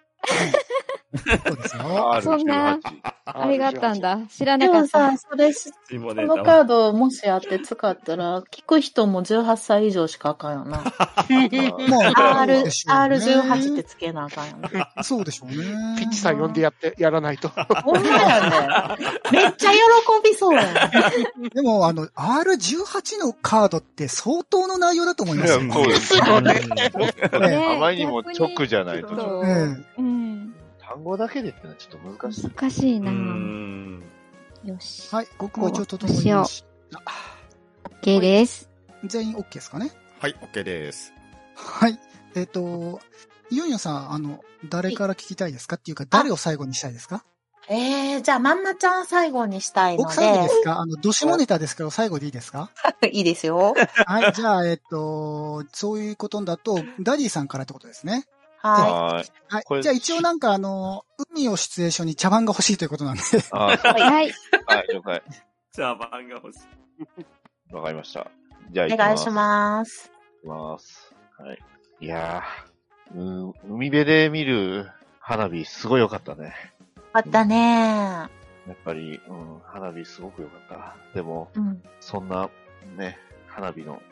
Speaker 5: そんな、あれがあったんだ。知らなかった。
Speaker 8: でもさ、それし、
Speaker 4: そ
Speaker 8: このカードもしあって使ったら、聞く人も18歳以上しかあかんよな。
Speaker 3: もう
Speaker 8: R、
Speaker 3: でしょうね
Speaker 8: R18 ってつけなあかんよな。
Speaker 3: そうでしょうね。
Speaker 7: ピッチさん呼んでやって、やらない と。
Speaker 8: ほんまやね。 めっちゃ喜びそうやん。
Speaker 3: でも、あの、R18 のカードって相当の内容だと思いますよ。
Speaker 2: いやそうですよね
Speaker 3: ね
Speaker 2: あまりにも直じゃないと。
Speaker 3: うん
Speaker 2: 単語だけでってのはちょっと難しい。。
Speaker 5: 難しいな。
Speaker 3: よ
Speaker 5: し。
Speaker 3: はい、僕は一応整いまし
Speaker 5: オッケーです。
Speaker 3: 全員 OK ですかね
Speaker 4: はい、OK です。
Speaker 3: はい。えっ、と、いよいよさん、あの、誰から聞きたいですかっていうか、誰を最後にしたいですか
Speaker 8: ええー、じゃあ、まんまちゃん最後にしたいので。
Speaker 3: 僕最後ですかあの、どしもネタですけど、最後でいいですか
Speaker 8: いいですよ。
Speaker 3: はい、じゃあ、えっ、と、そういうことだと、ダディさんからってことですね。
Speaker 8: はい
Speaker 3: はい。じゃあ一応なんかあの、海をシチュエーションに茶番が欲しいということなんで。
Speaker 2: あー
Speaker 5: はい。
Speaker 2: はい、了解。
Speaker 6: 茶番が欲しい。
Speaker 2: わかりました。じゃあ
Speaker 8: お
Speaker 2: 行き
Speaker 8: 願
Speaker 2: ま
Speaker 8: い
Speaker 2: す。
Speaker 8: します。
Speaker 2: いきます。はい。いやー、うーん海辺で見る花火、すごい良かったね。
Speaker 8: あったね
Speaker 2: やっぱり、うん、花火すごく良かった。でも、
Speaker 8: うん
Speaker 2: そんな、ね、花火の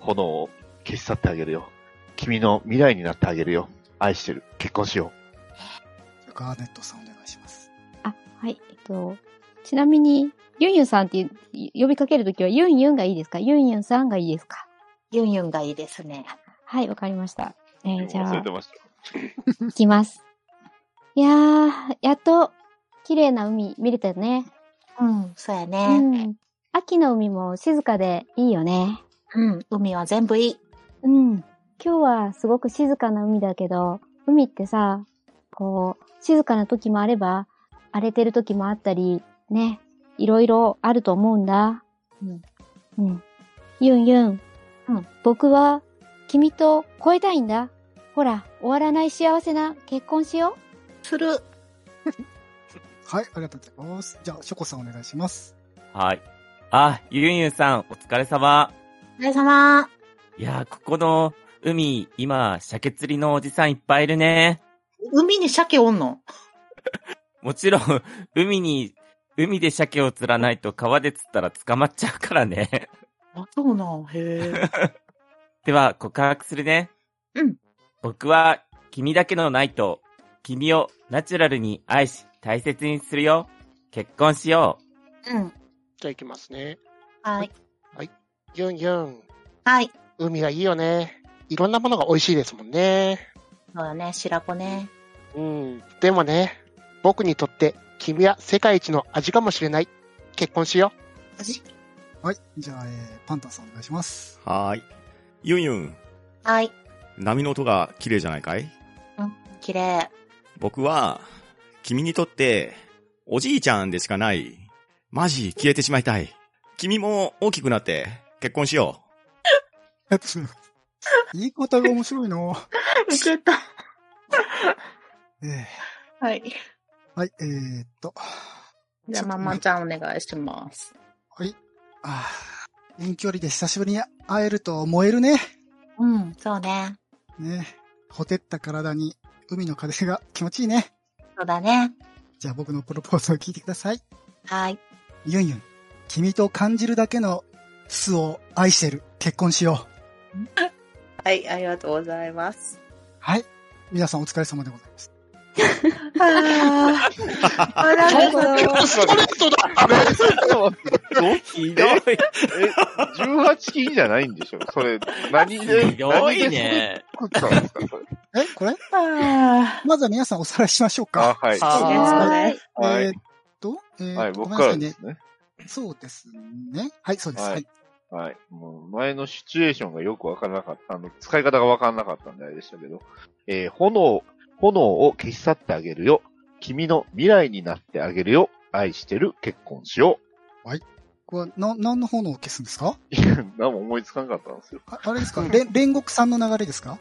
Speaker 2: 炎を消し去ってあげるよ。君の未来になってあげるよ。愛してる。結婚しよ
Speaker 3: ガーネットさんお願いします。
Speaker 5: はい。えっと、ちなみに、ユンユンさんって呼びかけるときは、ユンユンがいいですかユンユンさんがいいですか
Speaker 8: ユンユンがいいですね。
Speaker 5: はい、わかりました。えー、じ
Speaker 2: う。
Speaker 5: ゃ
Speaker 2: 忘れ
Speaker 5: あ
Speaker 2: て、ました。
Speaker 5: いきます。いやー、やっと、綺麗な海見れたよね。
Speaker 8: うん、そうやね。
Speaker 5: うん。秋の海も静かでいいよね。
Speaker 8: うん、海は全部いい。
Speaker 5: うん。今日はすごく静かな海だけど、海ってさ、こう、静かな時もあれば、荒れてる時もあったり、ね、いろいろあると思うんだ。
Speaker 8: うん。
Speaker 5: うん。ユンユン。うん。僕は、君と超えたいんだ。ほら、終わらない幸せな結婚しよう。
Speaker 8: する。
Speaker 3: はい、ありがとうございます。じゃあ、ショコさんお願いします。
Speaker 6: はい。あ、ゆんゆんさん、お疲れ様。
Speaker 10: お疲れ様。
Speaker 6: いやー、ここの海、今、鮭釣りのおじさんいっぱいいるね。
Speaker 8: 海に鮭おんの
Speaker 6: もちろん、 海に、海で鮭を釣らないと川で釣ったら捕まっちゃうからね。
Speaker 8: あ、そうなん。へえ。
Speaker 6: では、告白するね。
Speaker 8: うん。
Speaker 6: 僕は、君だけのナイト、君をナチュラルに愛し、大切にするよ。結婚しよ う。
Speaker 8: うん。
Speaker 7: じゃあ行きますね。
Speaker 10: はい。
Speaker 7: ユンユン、
Speaker 8: はい。
Speaker 7: 海はいいよね。いろんなものが美味しいですもんね。
Speaker 10: そうだね、白子ね。
Speaker 7: うん。でもね、僕にとって君は世界一の味かもしれない。結婚しよ
Speaker 3: はい、じゃあ、えーパンタンさんお願いします。
Speaker 4: はーい。ユンユン、
Speaker 10: はい。
Speaker 4: 波の音が綺麗じゃないかい
Speaker 10: 綺麗。
Speaker 4: 僕は、君にとって、おじいちゃんでしかない。マジ消えてしまいたい。君も大きくなって、結婚しよ
Speaker 3: ありがとうございます。言い方が面白いの。
Speaker 8: 受けた。
Speaker 3: えー
Speaker 8: はい。
Speaker 3: はい、えー、っと。
Speaker 8: じゃあ、ママちゃんお願いします。
Speaker 3: あー遠距離で久しぶりに会えると燃えるね。
Speaker 10: うん、そうね。
Speaker 3: ね。ほてった体に海の風が気持ちいいね。
Speaker 10: そうだね。
Speaker 3: じゃあ僕のプロポーズを聞いてください。
Speaker 10: はい。
Speaker 3: ユンユン、君と感じるだけの巣を愛してる。結婚しよう。
Speaker 8: はい、ありがとうございます。
Speaker 3: はい。皆さんお疲れ様でございます。
Speaker 8: ああ、なるほど。
Speaker 7: う。ストレートだ
Speaker 11: あれちょっと
Speaker 6: ひどい。
Speaker 11: え、18禁じゃないんでしょそれ、何で、
Speaker 6: ひどいね。
Speaker 11: 何でそれ作ったんですかそれ。
Speaker 3: え、これ
Speaker 8: あ
Speaker 3: まずは皆さんおさらいしましょう
Speaker 11: あ、
Speaker 3: か。
Speaker 11: はい。
Speaker 8: あ、ね。
Speaker 11: はい
Speaker 3: えーっと、えーっと、
Speaker 11: はい、
Speaker 3: ごめん
Speaker 11: 僕
Speaker 3: な
Speaker 11: か
Speaker 3: さ
Speaker 11: ら
Speaker 3: い
Speaker 11: で
Speaker 3: ね。
Speaker 11: すね。
Speaker 3: そうですね。はい、そうです。
Speaker 11: はい
Speaker 3: はい。
Speaker 11: はい。もう前のシチュエーションがよくわからなかった。あの、使い方がわからなかったんであれでしたけど、えー炎、炎を消し去ってあげるよ。君の未来になってあげるよ。愛してる、結婚しよ
Speaker 3: これ、な、何の炎を消すんですか
Speaker 11: う。い や、何も思いつかなかったんですよ。
Speaker 3: ああれですかれん煉獄さんの流れです か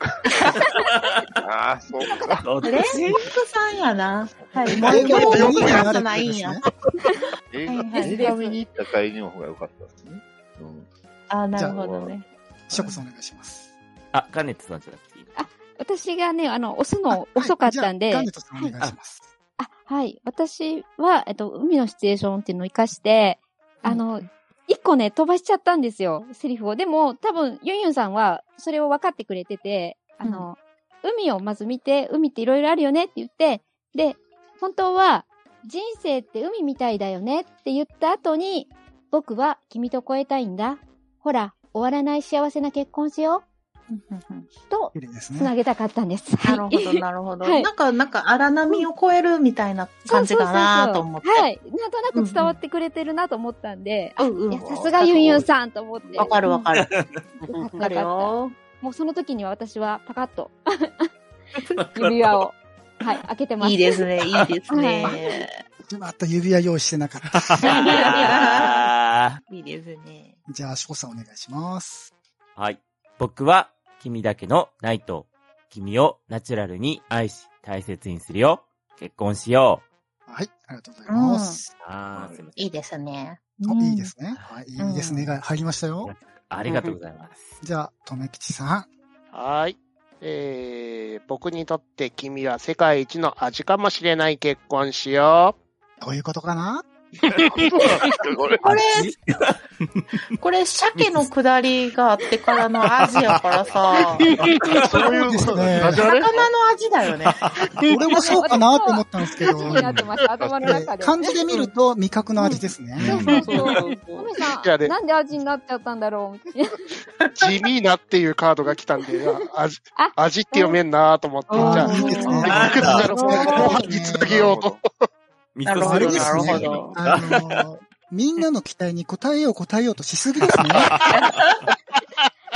Speaker 11: ああ、そうか。
Speaker 6: どっ
Speaker 8: レ
Speaker 6: ち
Speaker 8: ンクさんやな。はい。
Speaker 3: 前
Speaker 8: もう今
Speaker 3: の方に
Speaker 8: 日
Speaker 3: 流れて
Speaker 8: な
Speaker 3: る
Speaker 8: と
Speaker 3: ん
Speaker 8: ないん
Speaker 3: です
Speaker 8: や
Speaker 3: ね。。
Speaker 11: 映
Speaker 8: はい
Speaker 11: 画、
Speaker 8: はい
Speaker 11: 映画見に行った帰りの方が良かったですね。うん。
Speaker 8: あ、なるほどね。
Speaker 3: ショコさんお願いします。
Speaker 6: あ、カネットさんじゃなくていい。
Speaker 5: 私がね、あの、押す
Speaker 3: あ
Speaker 5: の遅かったん
Speaker 3: はい
Speaker 5: で、
Speaker 3: じゃあガンネットさんお願いします。
Speaker 5: あ、はい。私は、えっと、海のシチュエーションっていうのを活かして、あの、一個ね、飛ばしちゃったんですよ、セリフを。でも、多分、ユンユンさんは、それを分かってくれてて、あの、海をまず見て、海っていろいろあるよねって言って、で、本当は、人生って海みたいだよねって言った後に、僕は君と越えたいんだ。ほら、終わらない幸せな結婚しよう。と、
Speaker 3: 綺麗です
Speaker 5: つな
Speaker 3: ね。
Speaker 5: げたかったんです。
Speaker 8: なるほ
Speaker 5: はい
Speaker 8: ど、なるほど。
Speaker 5: はい
Speaker 8: なんか、なんか、荒波を超えるみたいな感じだなと思って。
Speaker 5: はい。なんとなく伝わってくれてるなと思ったんで、
Speaker 8: うんう
Speaker 5: いや
Speaker 8: ん。
Speaker 5: さすがユンユンさんと思って。
Speaker 8: わかるわかる。
Speaker 5: うん。
Speaker 8: わ
Speaker 5: よかった
Speaker 8: かる
Speaker 5: よかっ
Speaker 8: よ。
Speaker 5: た。もうその時には私はパカッ と指輪を、はい、開けてます。
Speaker 8: いいですね、いいですね。
Speaker 3: また指輪用意してなかった。
Speaker 6: あ
Speaker 8: いいですね。
Speaker 3: じゃあ、ショコさんお願いします。
Speaker 6: ーはい。僕は、君だけのナイト。君をナチュラルに愛し、大切にするよ。結婚しよ
Speaker 3: はい、ありがとうございます
Speaker 6: う。。あー、すいません。
Speaker 8: いいですね。
Speaker 3: おいいですね。
Speaker 6: うん
Speaker 3: はい、いいですねが入りましたよ。
Speaker 6: ありがとうございます。
Speaker 3: じゃあ、とめきちさん。
Speaker 7: はーい。えー、僕にとって君は世界一の味かもしれない結婚しよ
Speaker 3: どういうことか な
Speaker 11: これ、
Speaker 8: これ、これ、鮭の下りがあってからの味やから さ、
Speaker 11: そういう
Speaker 3: ですね
Speaker 11: ダジャ
Speaker 8: 魚
Speaker 11: レ
Speaker 8: の味だよね。
Speaker 3: 俺もそうかなと思ったんですけ ど、
Speaker 5: になってます、頭の中で。
Speaker 3: 漢字で見ると味覚の味ですね。
Speaker 5: そうそうそう。トメさ
Speaker 7: いやね
Speaker 5: ん、なんで味になっちゃったんだろうみた いな。
Speaker 7: う。地味なっていうカードが来たんで、あ味
Speaker 5: あ、
Speaker 7: 味って読めんなと思って、じ
Speaker 8: あ
Speaker 7: ゃ
Speaker 3: ああ、、
Speaker 7: あ
Speaker 3: いいですね。
Speaker 6: あ
Speaker 7: いくつだろう、 後半につなげようと。
Speaker 6: 味
Speaker 8: なるほ
Speaker 3: あれ
Speaker 8: ど、
Speaker 3: ですね
Speaker 8: なるほど。
Speaker 3: あ のー、みんなの期待に応えよう応えようとしすぎ ですね。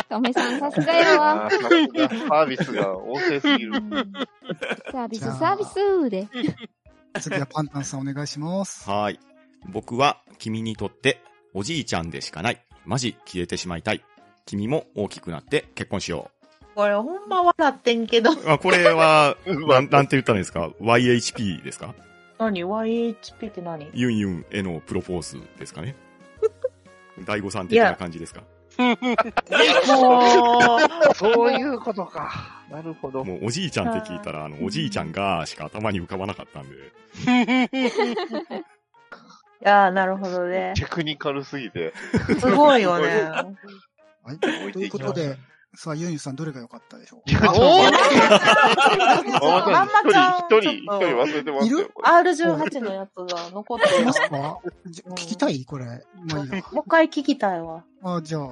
Speaker 5: トメさん、さすがや
Speaker 11: あ
Speaker 5: わ。
Speaker 11: ーさすがサービスが旺盛すぎる
Speaker 5: う。んサービス、
Speaker 3: じゃあ
Speaker 5: サービスで。
Speaker 3: 次はパンタンさんお願いします
Speaker 4: う。。はーい。僕は、君にとって、おじいちゃんでしかない。マジ消えてしまいたい。君も大きくなって結婚しよう。
Speaker 8: これほんま笑ってんけど。
Speaker 4: あ、これ は、なん、なんて言ったらいいんですか ?YHP ですか
Speaker 8: 何 ?YHP って 何
Speaker 4: ユンユンへのプロポーズです かね大悟さん的な感じですか
Speaker 8: もう、
Speaker 11: そういうことか。なる ほど。
Speaker 4: もうおじいちゃんって聞いたら、あの、おじいちゃんがしか頭に浮かばなかったんで。
Speaker 8: いやー、なるほどね。
Speaker 11: テクニカルすぎて。
Speaker 8: すごいよね。
Speaker 3: はい。ということで、さあ、ユンユンさんどれが良かったでしょう
Speaker 11: ちょっと
Speaker 8: おー
Speaker 11: 待って
Speaker 8: まんまちゃん
Speaker 11: 一人、一人、
Speaker 8: ちょ
Speaker 11: 一
Speaker 8: っ
Speaker 11: 人
Speaker 8: と
Speaker 11: 忘れてます
Speaker 3: い
Speaker 11: よ
Speaker 3: る。
Speaker 11: これ
Speaker 8: R18 のやつが残ってま
Speaker 3: いますす。かじ ゃ聞きたいこれ。まあいいや。
Speaker 8: もう一回聞きたいわ。
Speaker 3: あ、じゃあ、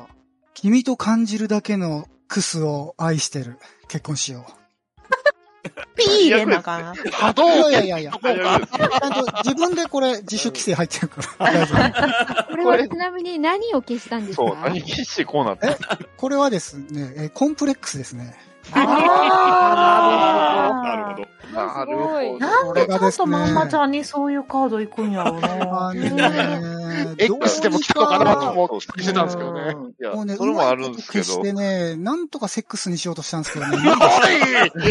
Speaker 3: 君と感じるだけのクスを愛してる。結婚しよ
Speaker 1: ピー入れなあかんな。
Speaker 7: 波
Speaker 3: う。い
Speaker 7: 動
Speaker 3: やいやいやいや。ち
Speaker 11: 大丈夫です
Speaker 3: ゃんと自分でこれ自主規制入ってるから。 大丈夫
Speaker 5: これはちなみに何を消したんですか
Speaker 11: そう、何にしてこうなった
Speaker 3: えこれはですね、えーコンプレックスですね。
Speaker 8: あ
Speaker 4: なるほど。
Speaker 11: なるほど。
Speaker 8: なんでちゃんとまんまちゃんにそういうカード行くんやろう
Speaker 3: ま
Speaker 8: な。
Speaker 3: あね、
Speaker 7: X でも来たのかなと思ってしてたんですけどね。
Speaker 11: いや
Speaker 3: もうね、
Speaker 11: それもあるんですけ
Speaker 3: うまいこと消し
Speaker 11: ど
Speaker 3: て。ね、なんとかセックスにしようとしたんですけど ね。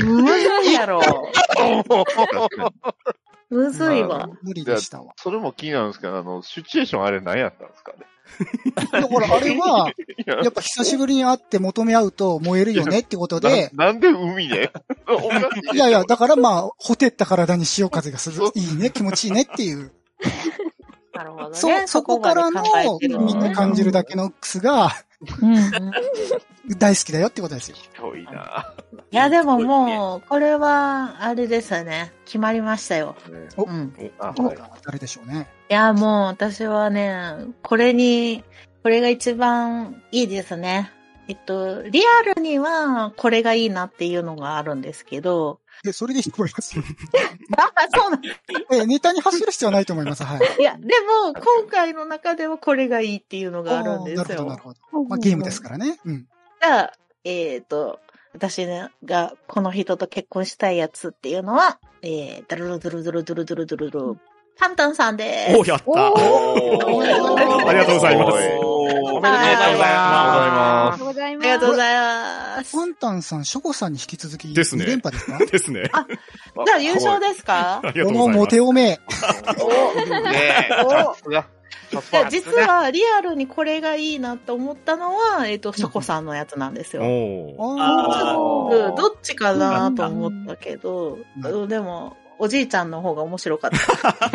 Speaker 8: むずいやろ。
Speaker 11: 確かに
Speaker 8: むずいわ。
Speaker 3: 無理でしたわ。
Speaker 11: それも気になるんですけど、あの、シチュエーションあれ何やったんですかね。
Speaker 3: だからあれは、やっぱ久しぶりに会って求め合うと燃えるよねってことで、
Speaker 11: ななんで海で おかしでしょ
Speaker 3: いやいや、だからまあ、ほてった体に潮風がする。いいね、気持ちいいねっ ていう。
Speaker 8: なるほどね。
Speaker 3: そ、そこからの
Speaker 8: そこまで考えて、る
Speaker 3: みんな感じるだけのクスが
Speaker 8: うんうん
Speaker 3: 大好きだよってことですよ。
Speaker 11: ひどいな。
Speaker 8: いや、でももう、これは、あれですよね。決まりましたよ。
Speaker 11: ね
Speaker 3: お
Speaker 8: うん。
Speaker 11: あ
Speaker 3: ど
Speaker 11: は
Speaker 3: う
Speaker 11: い
Speaker 3: か、誰でしょうね。
Speaker 8: いや、もう、私はね、これに、これが一番いいですね。えっと、リアルには、これがいいなっていうのがあるんですけど、
Speaker 3: で、それでいいと思い ます。
Speaker 8: あ、そうなん
Speaker 3: え、ネタに走る必要はないと思います。はい。
Speaker 8: いや、でも、今回の中ではこれがいいっていうのがあるんです
Speaker 3: おーなるほど、
Speaker 8: よ
Speaker 3: なる。ほど。まあ、ゲームですからね。うん。
Speaker 8: じゃあ、えっ、と、私がこの人と結婚したいやつっていうのは、えー、ドゥルドゥルドゥルドゥルドゥルドゥルドゥル、パンタンさんで
Speaker 4: おー、やったー ありがとうございます
Speaker 11: おーおめでとうござい
Speaker 5: ありが
Speaker 11: ま
Speaker 5: とうご
Speaker 11: す。
Speaker 5: ざい
Speaker 8: す。あ
Speaker 5: ます。
Speaker 8: りがとうご
Speaker 5: い
Speaker 8: ざいます。
Speaker 3: パンタンさん、ショコさんに引き続き、
Speaker 4: ですね
Speaker 3: 2連覇ですか
Speaker 4: ですね。
Speaker 8: じゃあ、優勝ですか
Speaker 4: ありがと
Speaker 3: こ
Speaker 4: うご
Speaker 3: の
Speaker 4: ざい
Speaker 3: モ
Speaker 4: ます
Speaker 3: テ。おめ。
Speaker 11: おねえ、さすが。
Speaker 8: いや実は、リアルにこれがいいなと思ったのは、えっ、と、ショコさんのやつなんです
Speaker 4: お
Speaker 8: よ。
Speaker 4: ー
Speaker 3: あ
Speaker 11: お
Speaker 8: う
Speaker 11: ー
Speaker 8: んどっちかなと思ったけど、うんでも、おじいちゃんの方が面白かった。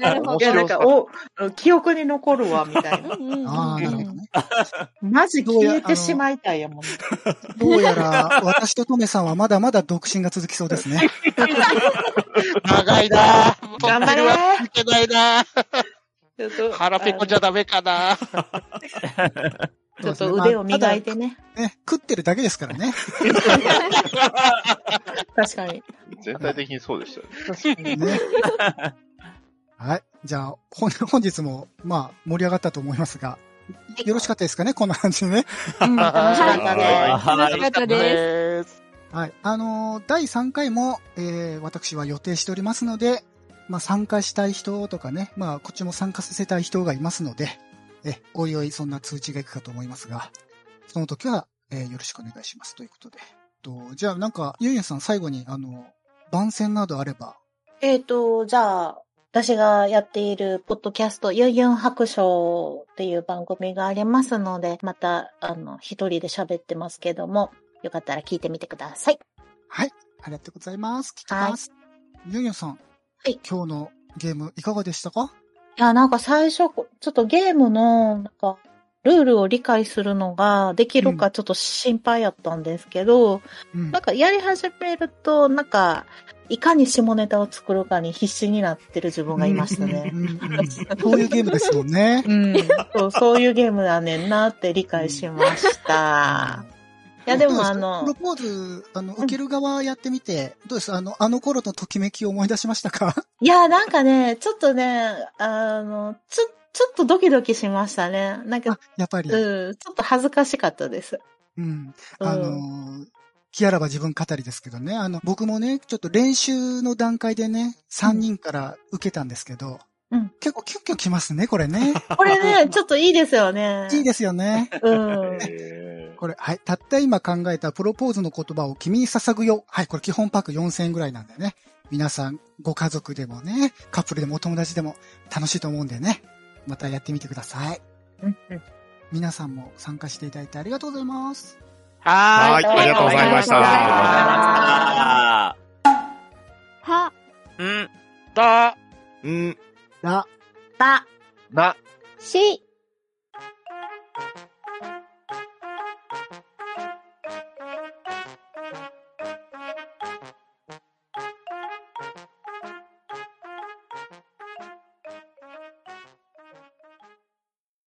Speaker 5: なるほ
Speaker 8: い
Speaker 5: ど。
Speaker 8: や、なんか、お、記憶に残るわ、みたいな。
Speaker 5: うんうんうん
Speaker 3: あ。ああ、なるほどね。
Speaker 8: マジ消えてしまいたいやもん。
Speaker 3: どうやら、私とトメさんはまだまだ独身が続きそうです ね。
Speaker 7: 長いなぁ。
Speaker 8: 頑張れ
Speaker 7: いけないなぁ。
Speaker 8: ちょっと
Speaker 7: 腹ペコじゃダメかなぁ。
Speaker 8: ちょっと腕を磨いてね。
Speaker 3: ね、食ってるだけですからね。
Speaker 8: 確かに。
Speaker 11: 全体的にそうでしたね。
Speaker 3: ね。 はい。じゃあ、ほん本日も、まあ、盛り上がったと思いますが、よろしかったですかねこんな感じでね。
Speaker 8: うん、楽しかったね。
Speaker 5: 楽しかったです。
Speaker 7: す。
Speaker 3: はい。あのー第3回も、えー私は予定しておりますので、まあ、参加したい人とかね、まあ、こっちも参加させたい人がいますので、え、おいおいそんな通知がいくかと思いますが、その時は、えーよろしくお願いしますということで。とじゃあ、なんか、ゆうゆうさん最後に、あの、番宣などあれば、
Speaker 8: えっと、じゃあ、私がやっているポッドキャスト、ユンユン白書っていう番組がありますので、また、あの、一人で喋ってますけども、よかったら聞いてみてください。
Speaker 3: はい。ありがとうございます。聞きます。ゆうゆうさん。
Speaker 8: い
Speaker 3: 今日のゲームいかがでしたか
Speaker 8: いや、なんか最初、こちょっとゲームの、なんか、ルールを理解するのができるかちょっと心配やったんですけど、
Speaker 3: うん
Speaker 8: なんかやり始めると、なんか、いかに下ネタを作るかに必死になってる自分がいましたね
Speaker 3: う。んうんうんこういうゲームですもんね。
Speaker 8: うん、そう、そういうゲームだねんなって理解しま した。いや、でもあ
Speaker 3: プロ
Speaker 8: の、
Speaker 3: ポーズ、あの、受ける側やってみて、どうですあの、あの頃のときめきを思い出しましたか
Speaker 8: いや、なんかね、ちょっとね、あの、ちょ、ちょっとドキドキしましたね。なん
Speaker 3: あ
Speaker 8: か、、
Speaker 3: やっぱ
Speaker 8: う
Speaker 3: り。
Speaker 8: ん、ちょっと恥ずかしかったです。
Speaker 3: うん。
Speaker 8: うん
Speaker 3: あの、キアラは自分語りですけどね、あの、僕もね、ちょっと練習の段階でね、3人から受けたんですけど、
Speaker 8: うん
Speaker 3: 結構キュッキ ュ来ますね、これね。
Speaker 8: これね、ちょっといいですよね。
Speaker 3: いいですよね。
Speaker 8: うん。
Speaker 11: え
Speaker 3: これ、はい。たった今考えたプロポーズの言葉を君に捧ぐよ。はい。これ基本パック4000円ぐらいなんだよね。皆さん、ご家族でもね、カップルでもお友達でも楽しいと思うんでね。またやってみてください。
Speaker 8: うんうん
Speaker 3: 皆さんも参加していただいてありがとうございます。
Speaker 11: はーい。
Speaker 2: はいありがとうございました
Speaker 11: ありがとうございまし
Speaker 6: あ
Speaker 11: た
Speaker 5: は、
Speaker 6: ーうん。
Speaker 11: だ
Speaker 15: うん。
Speaker 3: だ、
Speaker 2: な、
Speaker 5: し、